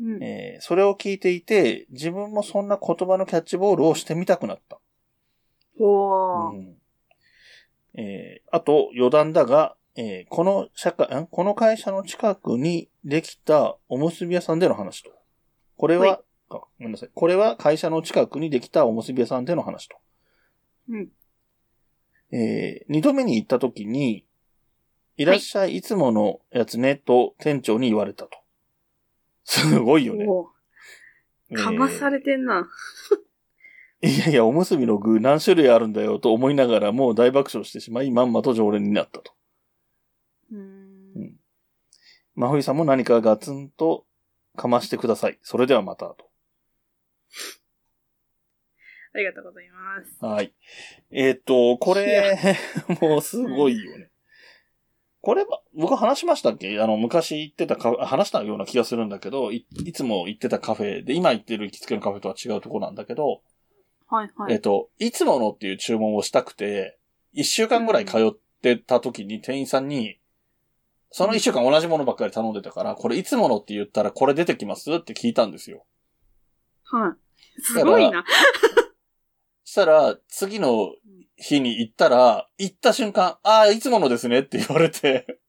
[SPEAKER 3] うん。
[SPEAKER 1] えーそれを聞いていて、自分もそんな言葉のキャッチボールをしてみたくなった。
[SPEAKER 3] ほ
[SPEAKER 1] う
[SPEAKER 3] ー。
[SPEAKER 1] んえーあと、余談だが、えーこの社会、んこの会社の近くにできたおむすび屋さんでの話と。これは、
[SPEAKER 3] はい
[SPEAKER 1] あごめんなさい。これは会社の近くにできたおむすび屋さんでの話と。
[SPEAKER 3] うん。
[SPEAKER 1] えー二度目に行った時に、いらっしゃい、いつものやつね、と店長に言われたと。すごいよね。
[SPEAKER 3] ほ
[SPEAKER 1] え
[SPEAKER 3] ー
[SPEAKER 1] ー
[SPEAKER 3] かまされてんな。
[SPEAKER 1] いやいや、おむすびの具何種類あるんだよと思いながらもう大爆笑してしまい、まんまと常連になったと。
[SPEAKER 3] うー
[SPEAKER 1] うん
[SPEAKER 3] ん。
[SPEAKER 1] 真冬さんも何かガツンとかましてください。それではまた、と。
[SPEAKER 3] ありがとうございます。
[SPEAKER 1] はい。えーっ、と、これ、 もうすごいよね。これ、僕話しましたっけあの、昔行ってたカフェ、話したような気がするんだけど、いいつも行ってたカフェで、今行ってる行きつけのカフェとは違うとこなんだけど、
[SPEAKER 3] はいは
[SPEAKER 1] えーっ、
[SPEAKER 3] い。
[SPEAKER 1] と、いつものっていう注文をしたくて、一週間ぐらい通ってた時に店員さんに、その一週間同じものばっかり頼んでたから、これいつものって言ったらこれ出てきますって聞いたんですよ。
[SPEAKER 3] はい。すごいな。
[SPEAKER 1] したら、次の日に行ったら、行った瞬間、ああ、いつものですねって言われて、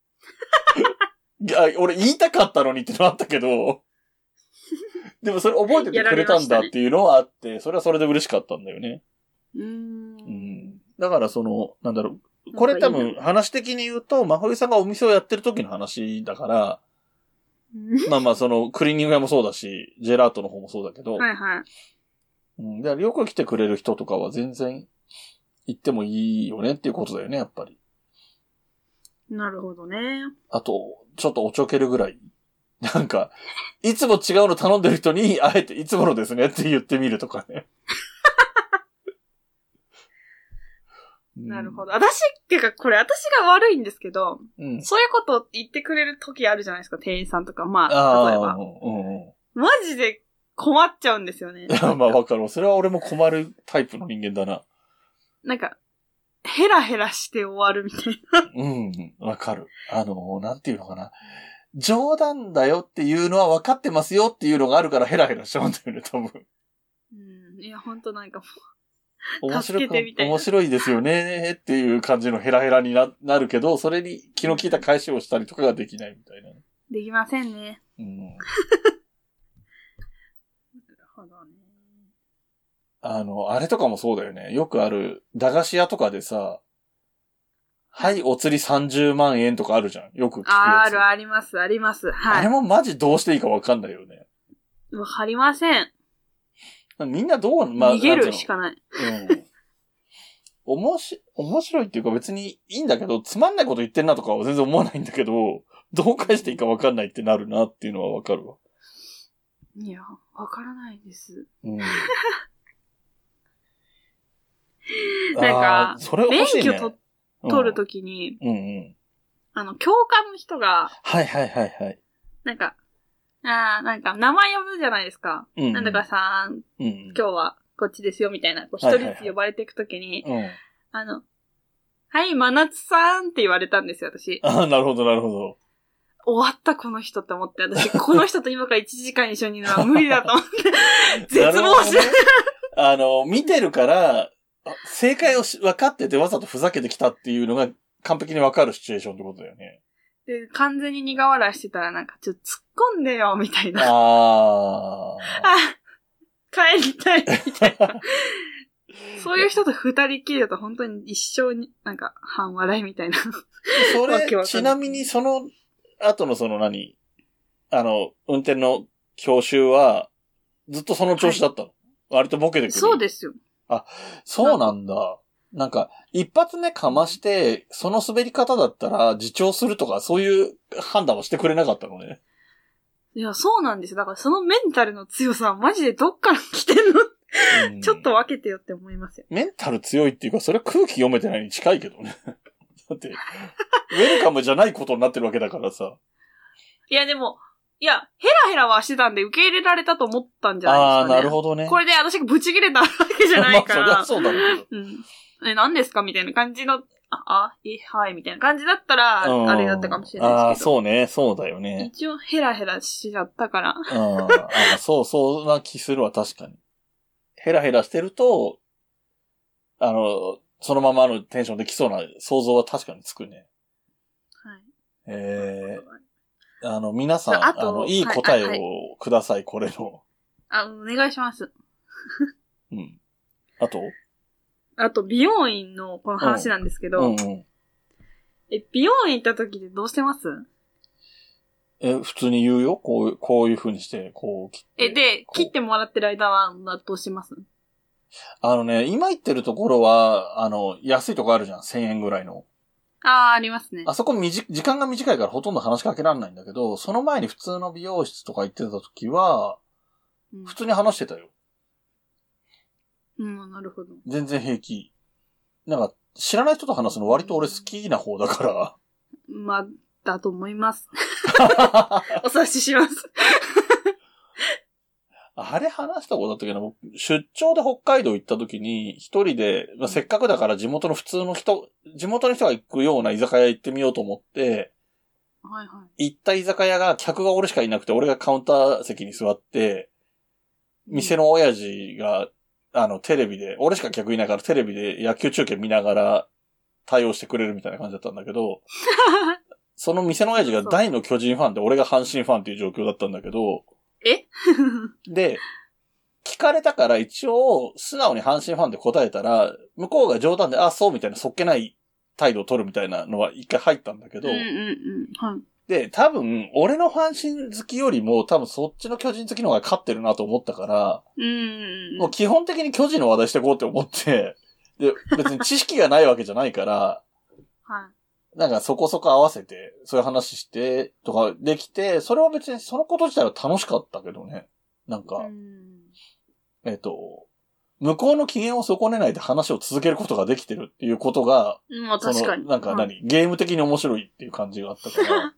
[SPEAKER 1] いや俺言いたかったのにってのあったけど、でもそれ覚えててくれたんだっていうのはあって、それはそれで嬉しかったんだよね。
[SPEAKER 3] うー。
[SPEAKER 1] うんん。だからその、なんだろう、これ多分話的に言うと、真冬さんがお店をやってる時の話だから、
[SPEAKER 3] うん
[SPEAKER 1] まあまあその、クリーニング屋もそうだし、ジェラートの方もそうだけど、
[SPEAKER 3] はいはい。
[SPEAKER 1] うん。だからよく来てくれる人とかは全然行ってもいいよねっていうことだよね、やっぱり。
[SPEAKER 3] なるほどね。
[SPEAKER 1] あと、ちょっとおちょけるぐらい。なんか、いつも違うの頼んでる人に、あえていつものですねって言ってみるとかね。
[SPEAKER 3] なるほど。私、っていうかこれ私が悪いんですけど、
[SPEAKER 1] ど。うん。
[SPEAKER 3] そういうこと言ってくれる時あるじゃないですか、店員さんとか。まあ、例え
[SPEAKER 1] ああ、
[SPEAKER 3] ば
[SPEAKER 1] う。んうん。
[SPEAKER 3] マジで困っちゃうん ですよね。
[SPEAKER 1] いやまあわかる。それは俺も困るタイプの人間だな。
[SPEAKER 3] なんか、ヘラヘラして終わるみたいな。
[SPEAKER 1] うん、わかる。あの、なんていうのかな。冗談だよっていうのは分かってますよっていうのがあるからヘラヘラしちゃうんだよね、多分。
[SPEAKER 3] うん。いや、ほんとなんかも
[SPEAKER 1] 面白
[SPEAKER 3] 助けてみ
[SPEAKER 1] く、
[SPEAKER 3] たいな
[SPEAKER 1] 面白いですよねっていう感じのヘラヘラにななるけど、それに気の利いた返しをしたりとかができないみたいな。
[SPEAKER 3] う、できませんね。
[SPEAKER 1] うん。
[SPEAKER 3] なるほどね。
[SPEAKER 1] あの、あれとかもそうだよね。よくある、駄菓子屋とかでさ、はい、お釣り30万円とかあるじゃん。よく聞くやつ。
[SPEAKER 3] ある、あります、あります。
[SPEAKER 1] あ
[SPEAKER 3] は
[SPEAKER 1] れもマジどうしていいか分かんないよね。
[SPEAKER 3] い。わかりません。
[SPEAKER 1] みんなどう、
[SPEAKER 3] 逃げるし
[SPEAKER 1] な
[SPEAKER 3] かない。
[SPEAKER 1] んていうの。うん。おもし、面白いっていうか別にいいんだけど、つまんないこと言ってんなとかは全然思わないんだけど、どう返していいか分かんないってなるなっていうのは分かるわ。
[SPEAKER 3] いや、わから ないです。
[SPEAKER 1] うん。
[SPEAKER 3] なんか
[SPEAKER 1] あーそれ欲しいね
[SPEAKER 3] 免許と取るときに、
[SPEAKER 1] うんうんうん。
[SPEAKER 3] あの、教官の人が、
[SPEAKER 1] はいはいはいはい。
[SPEAKER 3] なんか、ああ、なんか、名前呼ぶじゃないですか。
[SPEAKER 1] うんうん
[SPEAKER 3] なんとかさん、
[SPEAKER 1] うんうん。
[SPEAKER 3] 今日はこっちですよ、みたいな、こう一
[SPEAKER 1] はいはいはい
[SPEAKER 3] 人ずつ呼ばれていくときに、
[SPEAKER 1] うん。
[SPEAKER 3] あの、はい、真夏さんって言われたんですよ、私。
[SPEAKER 1] ああ、なるほどなるほど。
[SPEAKER 3] 終わった、この人って思って。私、この人と今から1時間一緒にいるのは無理だと思って、絶望し
[SPEAKER 1] なるほどねあの、見てるから、あ正解をし分かっててわざとふざけてきたっていうのが完璧に分かるシチュエーションってことだよね。
[SPEAKER 3] て、完全に苦笑いしてたら、なんか、ちょっと突っ込んでよ、みたいな。あ
[SPEAKER 1] ああ。
[SPEAKER 3] 帰りたい、みたいな。そういう人と二人きりだと本当に一生に、なんか、半笑いみたいな。
[SPEAKER 1] そ
[SPEAKER 3] わけわかんな
[SPEAKER 1] れ、
[SPEAKER 3] い
[SPEAKER 1] ちなみにその後のその何あの、運転の教習は、ずっとその調子だったの、割とボケてくる。
[SPEAKER 3] そうですよ。
[SPEAKER 1] そうなんだ。なんか、一発目かまして、その滑り方だったら自重するとか、そういう判断はしてくれなかったのね。
[SPEAKER 3] いや、そうなんですよ。だからそのメンタルの強さはマジでどっから来てんの、
[SPEAKER 1] うん
[SPEAKER 3] ちょっと分けてよって思いますよ。
[SPEAKER 1] メンタル強いっていうか、それは空気読めてないに近いけどね。 だって、ウェルカムじゃないことになってるわけだからさ。
[SPEAKER 3] いや、でも、いや、ヘラヘラはしてたんで受け入れられたと思ったんじゃない
[SPEAKER 1] あ
[SPEAKER 3] で
[SPEAKER 1] あー、
[SPEAKER 3] すか、ね。
[SPEAKER 1] なるほどね。
[SPEAKER 3] これで私がブチ切れたわけじゃないか
[SPEAKER 1] まあ、
[SPEAKER 3] ら。
[SPEAKER 1] そりゃそうだろうけど。
[SPEAKER 3] うん。え、何ですかみたいな感じの、あ、あ、え、はい、みたいな感じだったら、
[SPEAKER 1] うん
[SPEAKER 3] あれだったかもしれ
[SPEAKER 1] あ
[SPEAKER 3] ない
[SPEAKER 1] あ、
[SPEAKER 3] ですけど。
[SPEAKER 1] そうね。そうだよね。
[SPEAKER 3] 一応ヘラヘラしちゃったから。
[SPEAKER 1] うんあーそう、そうな気するわ、確かに。ヘラヘラしてると、あの、そのままのテンションできそうな想像は確かにつくね。
[SPEAKER 3] はい。
[SPEAKER 1] えー、あの、皆さん、あ
[SPEAKER 3] あと
[SPEAKER 1] の、いい答え
[SPEAKER 3] はいはい
[SPEAKER 1] をください、これの。
[SPEAKER 3] あ、お願いします。
[SPEAKER 1] うん。あと
[SPEAKER 3] あと、美容院のこの話なんですけど、
[SPEAKER 1] うんうん。
[SPEAKER 3] え、美容院行った時でどうしてます
[SPEAKER 1] え、普通に言うよこういう、こういう風にして、こう切って。
[SPEAKER 3] え、で、
[SPEAKER 1] こう
[SPEAKER 3] 切ってもらってる間は、どうします
[SPEAKER 1] あのね、今行ってるところは、あの、安いとこあるじゃん。1000円ぐらいの。
[SPEAKER 3] ああ、ありますね。
[SPEAKER 1] あそこみじ、時間が短いからほとんど話しかけられないんだけど、その前に普通の美容室とか行ってた時
[SPEAKER 3] う
[SPEAKER 1] は、
[SPEAKER 3] ん
[SPEAKER 1] 普通に話してたよ。
[SPEAKER 3] うん、なるほど。
[SPEAKER 1] 全然平気。なんか、知らない人と話すの割と俺好きな方だか
[SPEAKER 3] まあ、だと思い ます。
[SPEAKER 1] ら。
[SPEAKER 3] お察しします。
[SPEAKER 1] あれ話したことだったけど、僕出張で北海道行った時に、一人で、まあ、せっかくだから地元の普通の人、地元の人が行くような居酒屋行ってみようと思って、
[SPEAKER 3] はいは
[SPEAKER 1] 行った居酒屋が客が俺しかいなくて、俺がカウンター席に座って、
[SPEAKER 3] い。
[SPEAKER 1] 店の親父が、あの、テレビで、俺しか客いないからテレビで野球中継見ながら対応してくれるみたいな感じだったんだけど、その店の親父が大の巨人ファンで、俺が阪神ファンっていう状況だったんだけど、で、聞かれたから一応、素直に阪神ファンで答えたら、向こうが冗談で、あ、そうみたいな、そっけない態度を取るみたいなのは一回入ったんだけ
[SPEAKER 3] う
[SPEAKER 1] ど、
[SPEAKER 3] んうんうん。はい。
[SPEAKER 1] で、多分、俺の阪神好きよりも、多分そっちの巨人好きの方が勝ってるなと思ったから、
[SPEAKER 3] うん。
[SPEAKER 1] もう基本的に巨人の話題してこうって思って、で、別に知識がないわけじゃないから、
[SPEAKER 3] は
[SPEAKER 1] なんかそこそこ合わせて、そういう話して、とかできて、それは別にそのこと自体は楽しかったけどね。なんか、
[SPEAKER 3] い。うん
[SPEAKER 1] えっ、と、向こうの機嫌を損ねないで話を続けることができてるっていうことが、
[SPEAKER 3] うん。まあ
[SPEAKER 1] そ
[SPEAKER 3] 確か
[SPEAKER 1] の、
[SPEAKER 3] に。
[SPEAKER 1] なんか
[SPEAKER 3] はい
[SPEAKER 1] 何、ゲーム的に面白いっていう感じがあっ たから、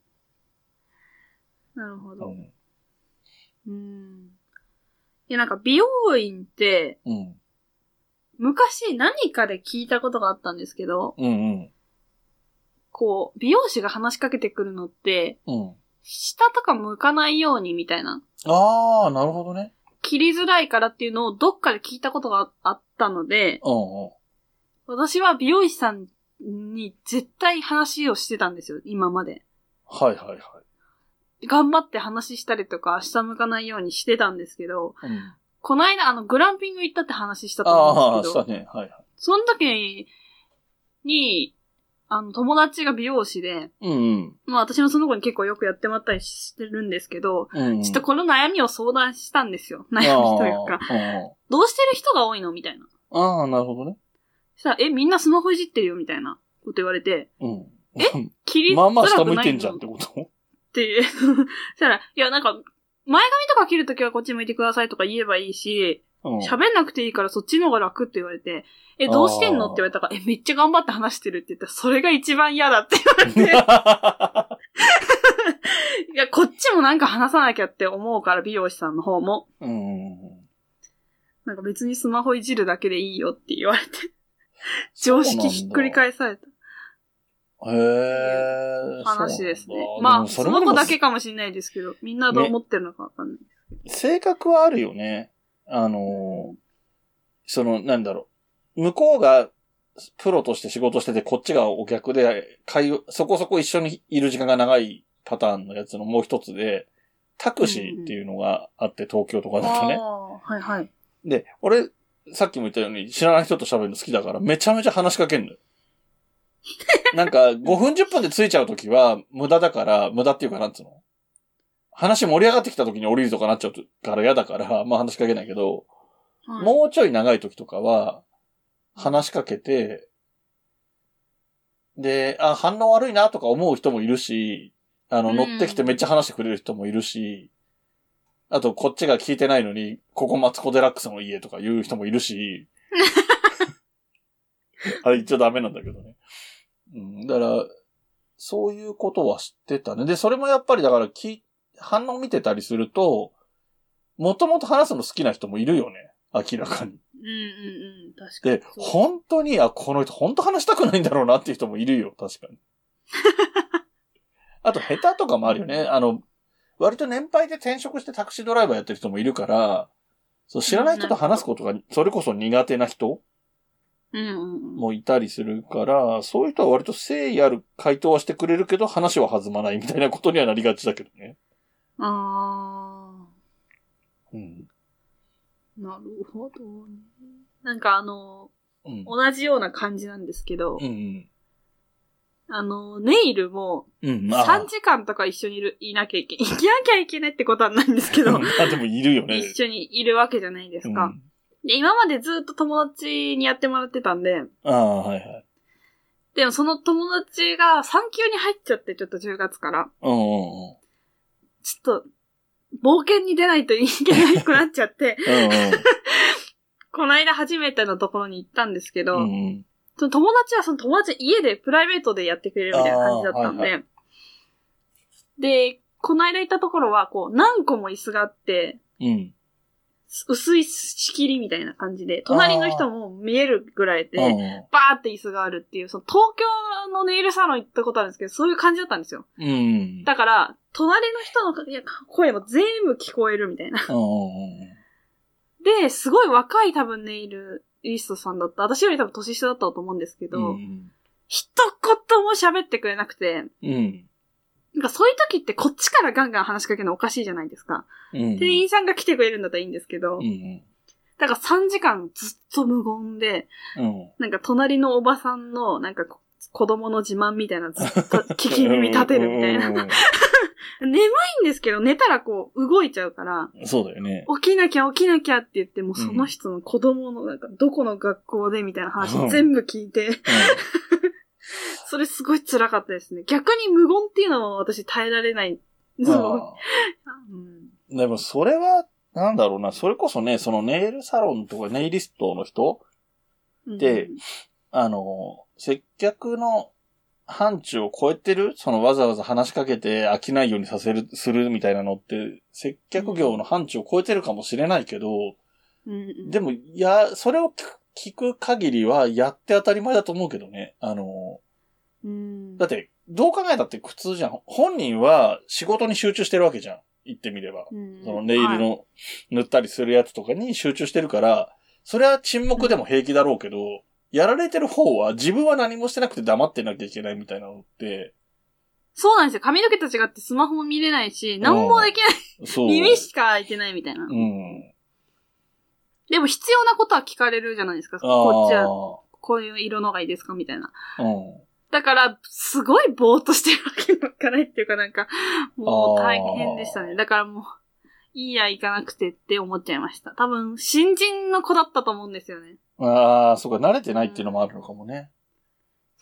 [SPEAKER 3] なるほ
[SPEAKER 1] う
[SPEAKER 3] ど。
[SPEAKER 1] ん。
[SPEAKER 3] うん。いや、なんか美容院って、
[SPEAKER 1] うん。
[SPEAKER 3] 昔何かで聞いたことがあったんですけど、
[SPEAKER 1] うん
[SPEAKER 3] こう、美容師が話しかけてくるのって、
[SPEAKER 1] うん。うん。
[SPEAKER 3] 下とか向かないようにみたいな。
[SPEAKER 1] ああ、なるほどね。
[SPEAKER 3] 切りづらいからっていうのをどっかで聞いたことがあったので、
[SPEAKER 1] うんうん。
[SPEAKER 3] 私は美容師さんに絶対話をしてたんですよ、今まで。
[SPEAKER 1] はいはいはい。
[SPEAKER 3] 頑張って話したりとか、下向かないようにしてたんですけど、
[SPEAKER 1] うん、
[SPEAKER 3] この間あの、グランピング行ったって話したと思
[SPEAKER 1] あ
[SPEAKER 3] うん
[SPEAKER 1] あ、
[SPEAKER 3] です
[SPEAKER 1] し
[SPEAKER 3] けど
[SPEAKER 1] た、ね。はいは
[SPEAKER 3] その時に、あの、友達が美容師で、
[SPEAKER 1] い。うん
[SPEAKER 3] まあ私もその子に結構よくやってもらったりしてるんですけど、
[SPEAKER 1] うん。うん。
[SPEAKER 3] ちょっとこの悩みを相談したんですよ。悩
[SPEAKER 1] あ
[SPEAKER 3] み
[SPEAKER 1] ー
[SPEAKER 3] というか。。
[SPEAKER 1] うん
[SPEAKER 3] どうしてる人が多いのみたいな。
[SPEAKER 1] ああ、なるほどね。
[SPEAKER 3] そしたら、え、みんなスマホいじってるよみたいなこと言われて、
[SPEAKER 1] うん。
[SPEAKER 3] 切りづ
[SPEAKER 1] まあまあ
[SPEAKER 3] ら
[SPEAKER 1] 下
[SPEAKER 3] く
[SPEAKER 1] 向い
[SPEAKER 3] な
[SPEAKER 1] て
[SPEAKER 3] い
[SPEAKER 1] んじゃん
[SPEAKER 3] の
[SPEAKER 1] っ
[SPEAKER 3] って
[SPEAKER 1] こと
[SPEAKER 3] ていう。 そしたら、いやなんか、前髪とか切るときはこっち向いてくださいとか言えばいいし、
[SPEAKER 1] うん。
[SPEAKER 3] 喋んなくていいからそっちの方が楽って言われて、え、どうしてんのって言われたから、え、めっちゃ頑張って話してるって言ったら、それが一番嫌だって言われて、いや、こっちもなんか話さなきゃって思うから、美容師さんの方も。
[SPEAKER 1] うん。
[SPEAKER 3] なんか別にスマホいじるだけでいいよって言われて、常識ひっくり返された
[SPEAKER 1] へえ。
[SPEAKER 3] 話ですね
[SPEAKER 1] そう。なんだ
[SPEAKER 3] まあ、
[SPEAKER 1] でもそ
[SPEAKER 3] そ
[SPEAKER 1] れも
[SPEAKER 3] の
[SPEAKER 1] で
[SPEAKER 3] 子
[SPEAKER 1] も
[SPEAKER 3] だけかもしれないですけど、みんなどう思ってるのかわかんない。
[SPEAKER 1] 性格はあるよね。あのー、その、なんだろう。向こうが、プロとして仕事してて、こっちがお客で、会話そこそこ一緒にいる時間が長いパターンのやつのもう一つで、タクシーっていうのがあって、東京とかだとね。
[SPEAKER 3] あーはいはい。
[SPEAKER 1] で、俺、さっきも言ったように、知らない人と喋るの好きだから、めちゃめちゃ話しかけん のよ。なんか、5分10分で着いちゃうときは、無駄だから、無駄っていうかなんつうの話盛り上がってきたときに降りるとかなっちゃうから嫌だから、まあ話しかけないけど、
[SPEAKER 3] はい
[SPEAKER 1] もうちょい長いときとかは、話しかけて、で、あ、反応悪いなとか思う人もいるし、あの、
[SPEAKER 3] うん
[SPEAKER 1] 乗ってきてめっちゃ話してくれる人もいるし、あと、こっちが聞いてないのに、ここマツコデラックスの家とか言う人もい るし、あれ言っちゃダメなんだけどね。うん、だから、そういうことは知ってたね。で、それもやっぱりだから、き、反応見てたりすると、もともと話すの好きな人もいるよね。明らかに。
[SPEAKER 3] うんうんうん、確かに
[SPEAKER 1] で、。本当に、あ、この人本当話したくないんだろうなっていう人もいるよ、確か に。あと、下手とかもあるよね。あの、割と年配で転職してタクシードライバーやってる人もいるから、そう知らない人と話すことが、それこそ苦手な人
[SPEAKER 3] うんうんうん。
[SPEAKER 1] もいたりするから、そういう人は割と誠意ある回答はしてくれるけど、話は弾まないみたいなことにはなりがちだけどね。
[SPEAKER 3] あ
[SPEAKER 1] うん。
[SPEAKER 3] ー、なるほどね。なんかあの、
[SPEAKER 1] うん。
[SPEAKER 3] 同じような感じなんですけど、
[SPEAKER 1] うん。
[SPEAKER 3] あの、ネイルも
[SPEAKER 1] うん。あ
[SPEAKER 3] 3時間とか一緒にいる、いなきゃいけ、いなきゃいけないってことはないんですけど、
[SPEAKER 1] あでもいるよね。
[SPEAKER 3] 一緒にいるわけじゃないですか。
[SPEAKER 1] うん
[SPEAKER 3] で、今までずっと友達にやってもらってたんで、
[SPEAKER 1] ああ、はいはい。
[SPEAKER 3] でもその友達が産休に入っちゃって、ちょっと10月から、
[SPEAKER 1] うんうんうん。
[SPEAKER 3] ちょっと、冒険に出ないといけなくなっちゃって、
[SPEAKER 1] うん
[SPEAKER 3] この間初めてのところに行ったんですけど、
[SPEAKER 1] うん。うんうん
[SPEAKER 3] その友達はその友達家でプライベートでやってくれるみたいな感じだったんで、
[SPEAKER 1] あーはい
[SPEAKER 3] で、この間行ったところは、こう、何個も椅子があって、
[SPEAKER 1] うん。
[SPEAKER 3] す薄い仕切りみたいな感じで、隣の人も見えるぐらいで、
[SPEAKER 1] うん
[SPEAKER 3] バーって椅子があるっていう、その東京のネイルサロン行ったことあるんですけど、そういう感じだったんですよ。
[SPEAKER 1] うん。うん。
[SPEAKER 3] だから、隣の人のいや声も全部聞こえるみたいな。
[SPEAKER 1] うんうんうん
[SPEAKER 3] で、すごい若い多分ネイルリストさんだった。私より多分年下だったと思うんですけど、
[SPEAKER 1] うん
[SPEAKER 3] 一言も喋ってくれなくて、
[SPEAKER 1] うん。
[SPEAKER 3] なんかそういう時ってこっちからガンガン話しかけるのおかしいじゃないですか。
[SPEAKER 1] うん。
[SPEAKER 3] 店員さんが来てくれるんだったらいいんですけど、
[SPEAKER 1] うん
[SPEAKER 3] だから3時間ずっと無言で、
[SPEAKER 1] うん。
[SPEAKER 3] なんか隣のおばさんの、なんかこ子供の自慢みたいなずっと聞き耳立てるみたいな
[SPEAKER 1] う。んうん
[SPEAKER 3] 眠いんですけど、寝たらこう動いちゃうから、
[SPEAKER 1] うんそうだよね。
[SPEAKER 3] 起きなきゃ起きなきゃって言って、もうその人の子供のなんかどこの学校でみたいな話
[SPEAKER 1] うん
[SPEAKER 3] 全部聞いて、それすごい辛かったですね。逆に無言っていうのは私耐えられない。
[SPEAKER 1] うん
[SPEAKER 3] そ
[SPEAKER 1] あ
[SPEAKER 3] ううん
[SPEAKER 1] ーでもそれは、なんだろうな、それこそね、そのネイルサロンとかネイリストの人、
[SPEAKER 3] うん
[SPEAKER 1] であの、接客の範疇を超えてるそのわざわざ話しかけて飽きないようにさせる、するみたいなのって、接客業の範疇を超えてるかもしれないけど、
[SPEAKER 3] うんうん
[SPEAKER 1] でも、いや、それを聞く聞く限りはやって当たり前だと思うけどね。あの、
[SPEAKER 3] うん。
[SPEAKER 1] だって、どう考えたって苦痛じゃん。本人は仕事に集中してるわけじゃん。言ってみれば。
[SPEAKER 3] うん、
[SPEAKER 1] そのネイル
[SPEAKER 3] はい
[SPEAKER 1] の塗ったりするやつとかに集中してるから、それは沈黙でも平気だろうけど、やられてる方は自分は何もしてなくて黙ってなきゃいけないみたいなのって、
[SPEAKER 3] そうなんですよ。髪の毛と違ってスマホも見れないし、何もできない。
[SPEAKER 1] そう。
[SPEAKER 3] 耳しか開いてないみたいな。
[SPEAKER 1] うん。
[SPEAKER 3] でも必要なことは聞かれるじゃないですか。
[SPEAKER 1] ああ。
[SPEAKER 3] こっちはこういう色のがいいですかみたいな。
[SPEAKER 1] うん。
[SPEAKER 3] だから、すごいぼーっとしてるわけにもいかないっていうかなんか、もう
[SPEAKER 1] あー
[SPEAKER 3] 大変でしたね。だからもう、いいや、行かなくてって思っちゃいました。多分、新人の子だったと思うんですよね。
[SPEAKER 1] ああ、そうか、慣れてないっていうのもあるのかもね。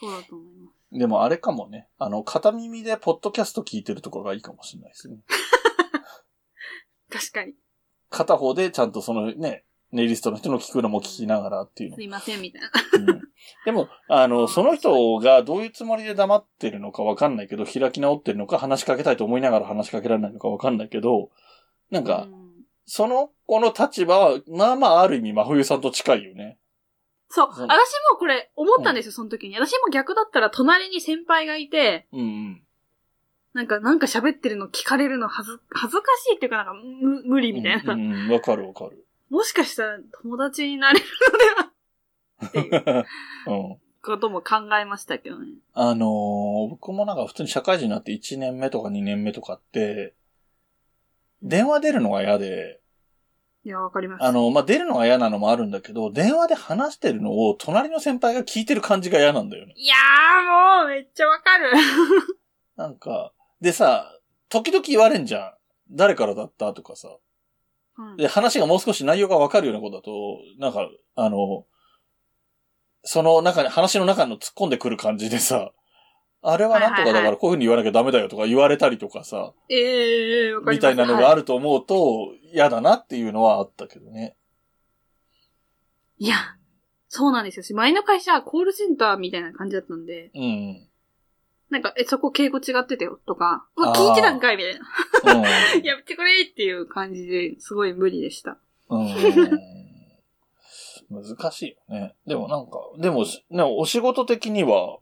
[SPEAKER 3] そうだと思います。
[SPEAKER 1] でもあれかもね。あの、片耳でポッドキャスト聞いてるところがいいかもしれないですね。
[SPEAKER 3] 確かに。
[SPEAKER 1] 片方でちゃんとそのね、ネイリストの人の聞くのも聞きながらっていうの
[SPEAKER 3] す。いません、みたいな。
[SPEAKER 1] うんでも、あの、その人がどういうつもりで黙ってるのかわかんないけど、開き直ってるのか話しかけたいと思いながら話しかけられないのかわかんないけど、なんか
[SPEAKER 3] う、ん
[SPEAKER 1] その子の立場は、まあまあある意味真冬さんと近いよね。
[SPEAKER 3] そう。私
[SPEAKER 1] そう
[SPEAKER 3] もこれ、思ったんですよ、その時に。私も逆だったら、隣に先輩がいて、
[SPEAKER 1] うんうん。
[SPEAKER 3] なんか、なんか喋ってるの聞かれるのはず、恥ずかしいっていうか、なんか、む無理みたいな。
[SPEAKER 1] うんうんうん、わかるわかる。
[SPEAKER 3] もしかしたら、友達になれるのではっていう
[SPEAKER 1] うん。
[SPEAKER 3] ことも考えましたけど ね。
[SPEAKER 1] あのー僕もなんか普通に社会人になって1年目とか2年目とかって、電話出るのが嫌で、
[SPEAKER 3] いや、わかります。
[SPEAKER 1] あの、まあ、出るのが嫌なのもあるんだけど、電話で話してるのを隣の先輩が聞いてる感じが嫌なんだよね。
[SPEAKER 3] いやー、もう、めっちゃわかる。
[SPEAKER 1] なんか、でさ、時々言われんじゃん。誰からだったとかさ。
[SPEAKER 3] うん
[SPEAKER 1] で、話がもう少し内容がわかるようなことだと、なんか、あの、その中に、話の中の突っ込んでくる感じでさ、あれはなんと
[SPEAKER 3] は
[SPEAKER 1] かだ
[SPEAKER 3] いはい
[SPEAKER 1] か
[SPEAKER 3] は
[SPEAKER 1] らこういうふうに言わなきゃダメだよとか言われたりとかさ、
[SPEAKER 3] ええー、わかります。
[SPEAKER 1] みたいなのがあ
[SPEAKER 3] は
[SPEAKER 1] ると思うと嫌だなっていうのはあったけどね。
[SPEAKER 3] い。いや、そうなんですよ。前の会社はコールセンターみたいな感じだったんで、
[SPEAKER 1] うん。うん。
[SPEAKER 3] なんか、え、そこ敬語違ってたよ、とか、うわ、
[SPEAKER 1] あー
[SPEAKER 3] 聞いてたんかいみたいな。 やめてくれっていう感じで、すごい無理でした。
[SPEAKER 1] うん難しいよね。でもなんか、でも、ね、お仕事的には、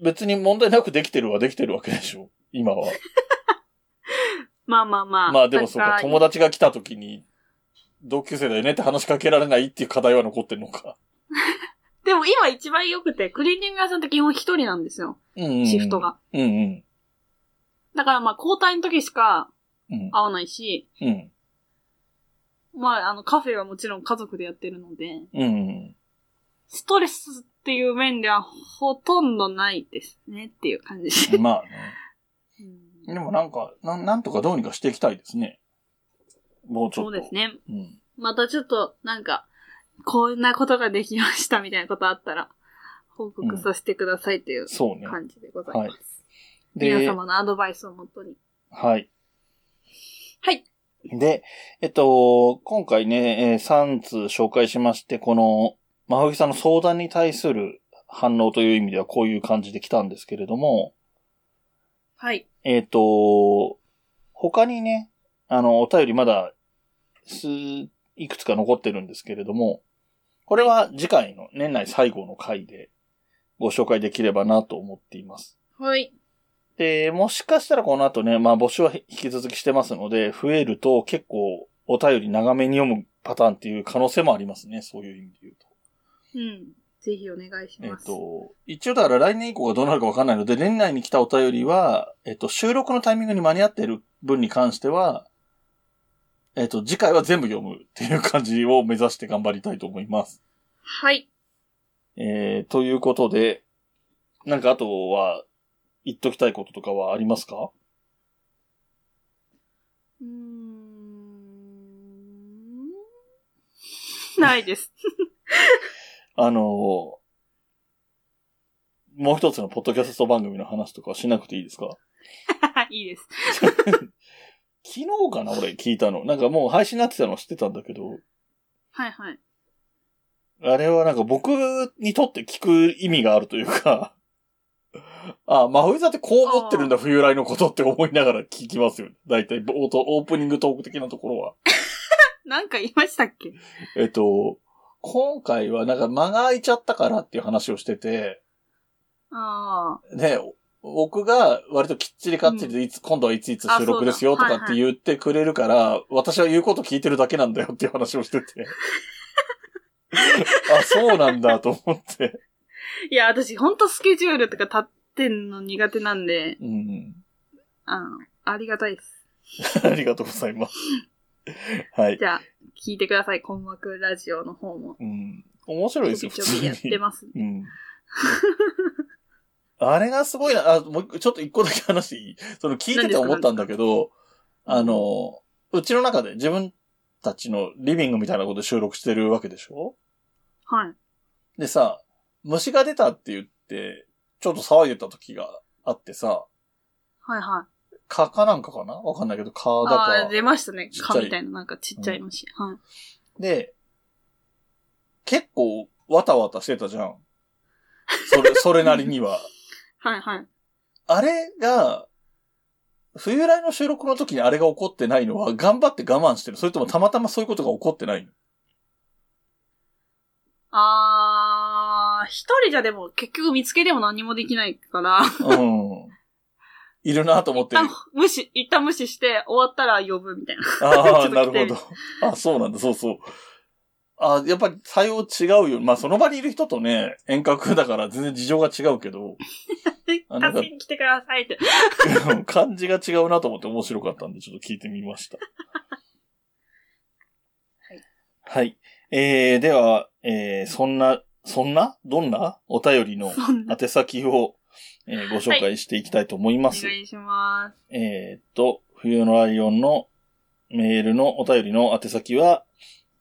[SPEAKER 1] 別に問題なくできてるはできてるわけでしょ今は。
[SPEAKER 3] まあまあまあ。
[SPEAKER 1] まあでもそうか、友
[SPEAKER 3] 達。
[SPEAKER 1] 達が来た時に、同級生だよねって話しかけられないっていう課題は残ってるのか。
[SPEAKER 3] でも今一番良くて、クリーニング屋さんって基本一人なんですよ。
[SPEAKER 1] うんうんうん
[SPEAKER 3] シフト。が。
[SPEAKER 1] うんうん。
[SPEAKER 3] だからまあ、交代の時しか
[SPEAKER 1] うん。
[SPEAKER 3] 会わないし、
[SPEAKER 1] うん。
[SPEAKER 3] まあ、あの、カフェはもちろん家族でやってるので、
[SPEAKER 1] うんうん。
[SPEAKER 3] ストレスっていう面ではほとんどないですねっていう感じ。
[SPEAKER 1] まあね。
[SPEAKER 3] うん
[SPEAKER 1] でもなんか、なん、なんとかどうにかしていきたいですね。もうちょっ
[SPEAKER 3] そ
[SPEAKER 1] と。
[SPEAKER 3] うですね。
[SPEAKER 1] うん。
[SPEAKER 3] またちょっと、なんか、こんなことができましたみたいなことあったら、報告させてくださいという
[SPEAKER 1] そうね。
[SPEAKER 3] 感じでございます。皆
[SPEAKER 1] で、
[SPEAKER 3] 様のアドバイスをもとに。
[SPEAKER 1] はい。
[SPEAKER 3] はい。
[SPEAKER 1] で、えっと、今回ね、えー3通紹介しまして、この、まほぎさんの相談に対する反応という意味ではこういう感じで来たんですけれども、
[SPEAKER 3] はい。
[SPEAKER 1] えっ、と、他にね、あの、お便りまだ、す、いくつか残ってるんですけれども、これは次回の年内最後の回でご紹介できればなと思っています。
[SPEAKER 3] はい。
[SPEAKER 1] で、もしかしたらこの後ね、まあ募集は引き続きしてますので、増えると結構お便り長めに読むパターンっていう可能性もありますね、そういう意味で言うと。
[SPEAKER 3] うん。ぜひお願いし
[SPEAKER 1] えっ
[SPEAKER 3] ます。
[SPEAKER 1] と、一応だから来年以降がどうなるかわかんないので、年内に来たお便りは、えっと、収録のタイミングに間に合っている分に関しては、えっと、次回は全部読むっていう感じを目指して頑張りたいと思います。
[SPEAKER 3] はい。
[SPEAKER 1] えー、ということで、なんかあとは、言っときたいこととかはありますか
[SPEAKER 3] うーん。 ないです。
[SPEAKER 1] あのーもう一つのポッドキャスト番組の話とかはしなくていいですか
[SPEAKER 3] いいです。
[SPEAKER 1] 昨日かな俺聞いたの。なんかもう配信になってたのは知ってたんだけど、
[SPEAKER 3] はいはい。
[SPEAKER 1] あれはなんか僕にとって聞く意味があるというか、あ、真冬座ってこう思ってるんだ、冬来のことって思いながら聞きますよ。だいたい冒頭、オープニングトーク的なところは。
[SPEAKER 3] なんか言いましたっけ
[SPEAKER 1] えっと、今回はなんか間が空いちゃったからっていう話をしてて、
[SPEAKER 3] あ
[SPEAKER 1] ね、お僕が割ときっちりかっちりでいつ、今度はいついつ収録ですよ
[SPEAKER 3] あ
[SPEAKER 1] と
[SPEAKER 3] そうだ
[SPEAKER 1] かって言ってくれるから、私は言うこと聞いてるだけなんだよっていう話をして て。あ、そうなんだと思って。
[SPEAKER 3] あ。いや、私ほんとスケジュールとか立ってんの苦手なんで、
[SPEAKER 1] うん。
[SPEAKER 3] あの、ありがたいです。
[SPEAKER 1] ありがとうございます。はい。
[SPEAKER 3] じゃあ、聞いてください。困惑ラジオの方も。
[SPEAKER 1] うん。面白いですよ、
[SPEAKER 3] ち
[SPEAKER 1] 普
[SPEAKER 3] ょびちょび
[SPEAKER 1] 通
[SPEAKER 3] やって
[SPEAKER 1] に。
[SPEAKER 3] ます。
[SPEAKER 1] うん。あれがすごいな、あ、もう一個ちょっと一個だけ話していいその聞いてて思ったんだけど、あの、うちの中で自分たちのリビングみたいなことで収録してるわけでしょ
[SPEAKER 3] はい。
[SPEAKER 1] でさ、虫が出たって言って、ちょっと騒いでた時があってさ、
[SPEAKER 3] はいはい。
[SPEAKER 1] 蚊かなんかかなわかんないけど、蚊だ
[SPEAKER 3] ああ
[SPEAKER 1] か
[SPEAKER 3] ー、。出ましたね
[SPEAKER 1] ちっ。ちゃい
[SPEAKER 3] 蚊みたいな、なんかちっちゃい虫。はい。
[SPEAKER 1] で、結構、わたわたしてたじゃん。それ、それなりには。
[SPEAKER 3] はいはい。
[SPEAKER 1] あれが、冬来の収録の時にあれが起こってないのは、頑張って我慢してる。それともたまたまそういうことが起こってないの
[SPEAKER 3] あー、一人じゃでも結局見つけても何もできないから、
[SPEAKER 1] うん。いるなと思っ
[SPEAKER 3] 一
[SPEAKER 1] て。あ
[SPEAKER 3] 旦無視、一旦無視して終わったら呼ぶみたいな。
[SPEAKER 1] あー、
[SPEAKER 3] ちょ
[SPEAKER 1] な
[SPEAKER 3] っ
[SPEAKER 1] る
[SPEAKER 3] と来て
[SPEAKER 1] ほど。あそうなんだ、そうそう。あやっぱり対応違うよ。まあ、その場にいる人とね、遠隔だから全然事情が違うけど、あなんか
[SPEAKER 3] 助けに来てくださいって。
[SPEAKER 1] うん 感じが違うなと思って面白かったんで、ちょっと聞いてみました。はい。えー、では、えー、そんな、そんなどんなお便りの
[SPEAKER 3] そんな。
[SPEAKER 1] 宛先を、えーご紹介していきたいと思い
[SPEAKER 3] お
[SPEAKER 1] ます。
[SPEAKER 3] 願いします。
[SPEAKER 1] えーっと、冬のライオンのメールのお便りの宛先は、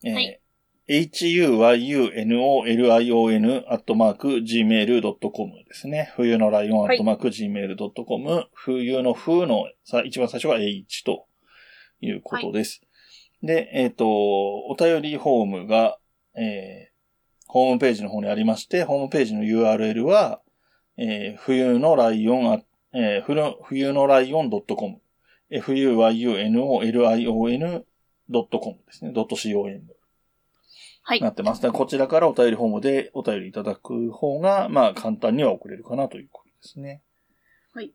[SPEAKER 1] えー
[SPEAKER 3] はい
[SPEAKER 1] huyunolion アットマーク gmail.com ですね。冬のライオンア
[SPEAKER 3] はい
[SPEAKER 1] ットマーク gmail.com、冬の風のさ一番最初が h ということです。で、えーっと、お便りフォームが、えーホームページの方にありまして、ホームページの URL は、えー冬のライオン、あえーふの冬のライオン .com、fuyunolion.com ですね、.com。
[SPEAKER 3] はい
[SPEAKER 1] な。ってます。だからこちらからお便りフォームでお便りいただく方が、まあ簡単には送れるかなということですね。
[SPEAKER 3] はい。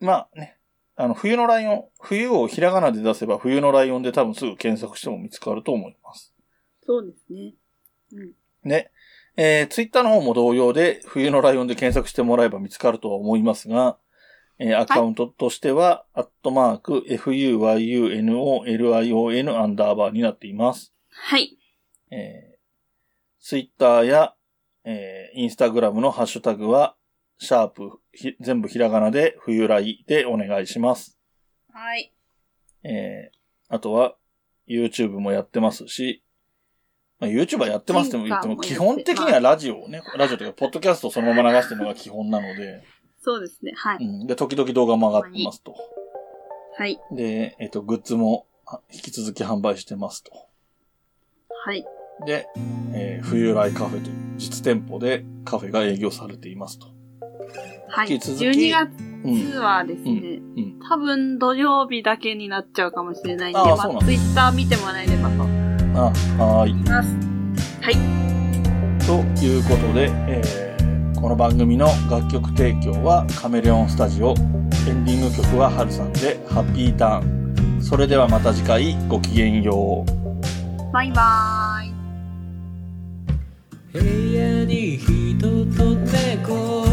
[SPEAKER 1] まあね、あの、冬のライオン、冬をひらがなで出せば冬のライオンで多分すぐ検索しても見つかると思います。
[SPEAKER 3] そうですね。うん。
[SPEAKER 1] ね。えー、ツイッターの方も同様で、冬のライオンで検索してもらえば見つかるとは思いますが、えー、アカウントとしては、アットマーク、fuyunolion アンダーバーになっています。
[SPEAKER 3] はい。
[SPEAKER 1] えー、ツイッターや、えー、インスタグラムのハッシュタグは、シャープ、ひ全部ひらがなで、冬ライでお願いします。
[SPEAKER 3] はい。
[SPEAKER 1] えー、あとは、YouTube もやってますし、まあ、YouTube はやってますとも言っても、基
[SPEAKER 3] Twitter もやっ
[SPEAKER 1] 本
[SPEAKER 3] て
[SPEAKER 1] 的にはラジオをね、ラジオというか、ポッドキャストをそのまま流してるのが基本なので、
[SPEAKER 3] そうですね。は
[SPEAKER 1] う
[SPEAKER 3] い。
[SPEAKER 1] ん。で、時々動画も上がってますと。
[SPEAKER 3] はい。
[SPEAKER 1] で、えっ、と、グッズもあ引き続き販売してますと。
[SPEAKER 3] はい。
[SPEAKER 1] で、えー冬来カフェという実店舗でカフェが営業されていますと。
[SPEAKER 3] はい。
[SPEAKER 1] 引き続き
[SPEAKER 3] 12
[SPEAKER 1] うん。
[SPEAKER 3] 月はですね、
[SPEAKER 1] うん。
[SPEAKER 3] 多分土曜日だけになっちゃうかもしれないんで、
[SPEAKER 1] あー
[SPEAKER 3] ま
[SPEAKER 1] そうな
[SPEAKER 3] あ、
[SPEAKER 1] んだ
[SPEAKER 3] ツイッター見てもらえればと思い
[SPEAKER 1] あ、はーい。
[SPEAKER 3] ます。
[SPEAKER 1] ということで、えーこの番組の楽曲提供はカメレオンスタジオエンディング曲はハルさんで「ハッピーターン」それではまた次回ごきげんよう。
[SPEAKER 3] バイバーイ。
[SPEAKER 4] 部屋に人と猫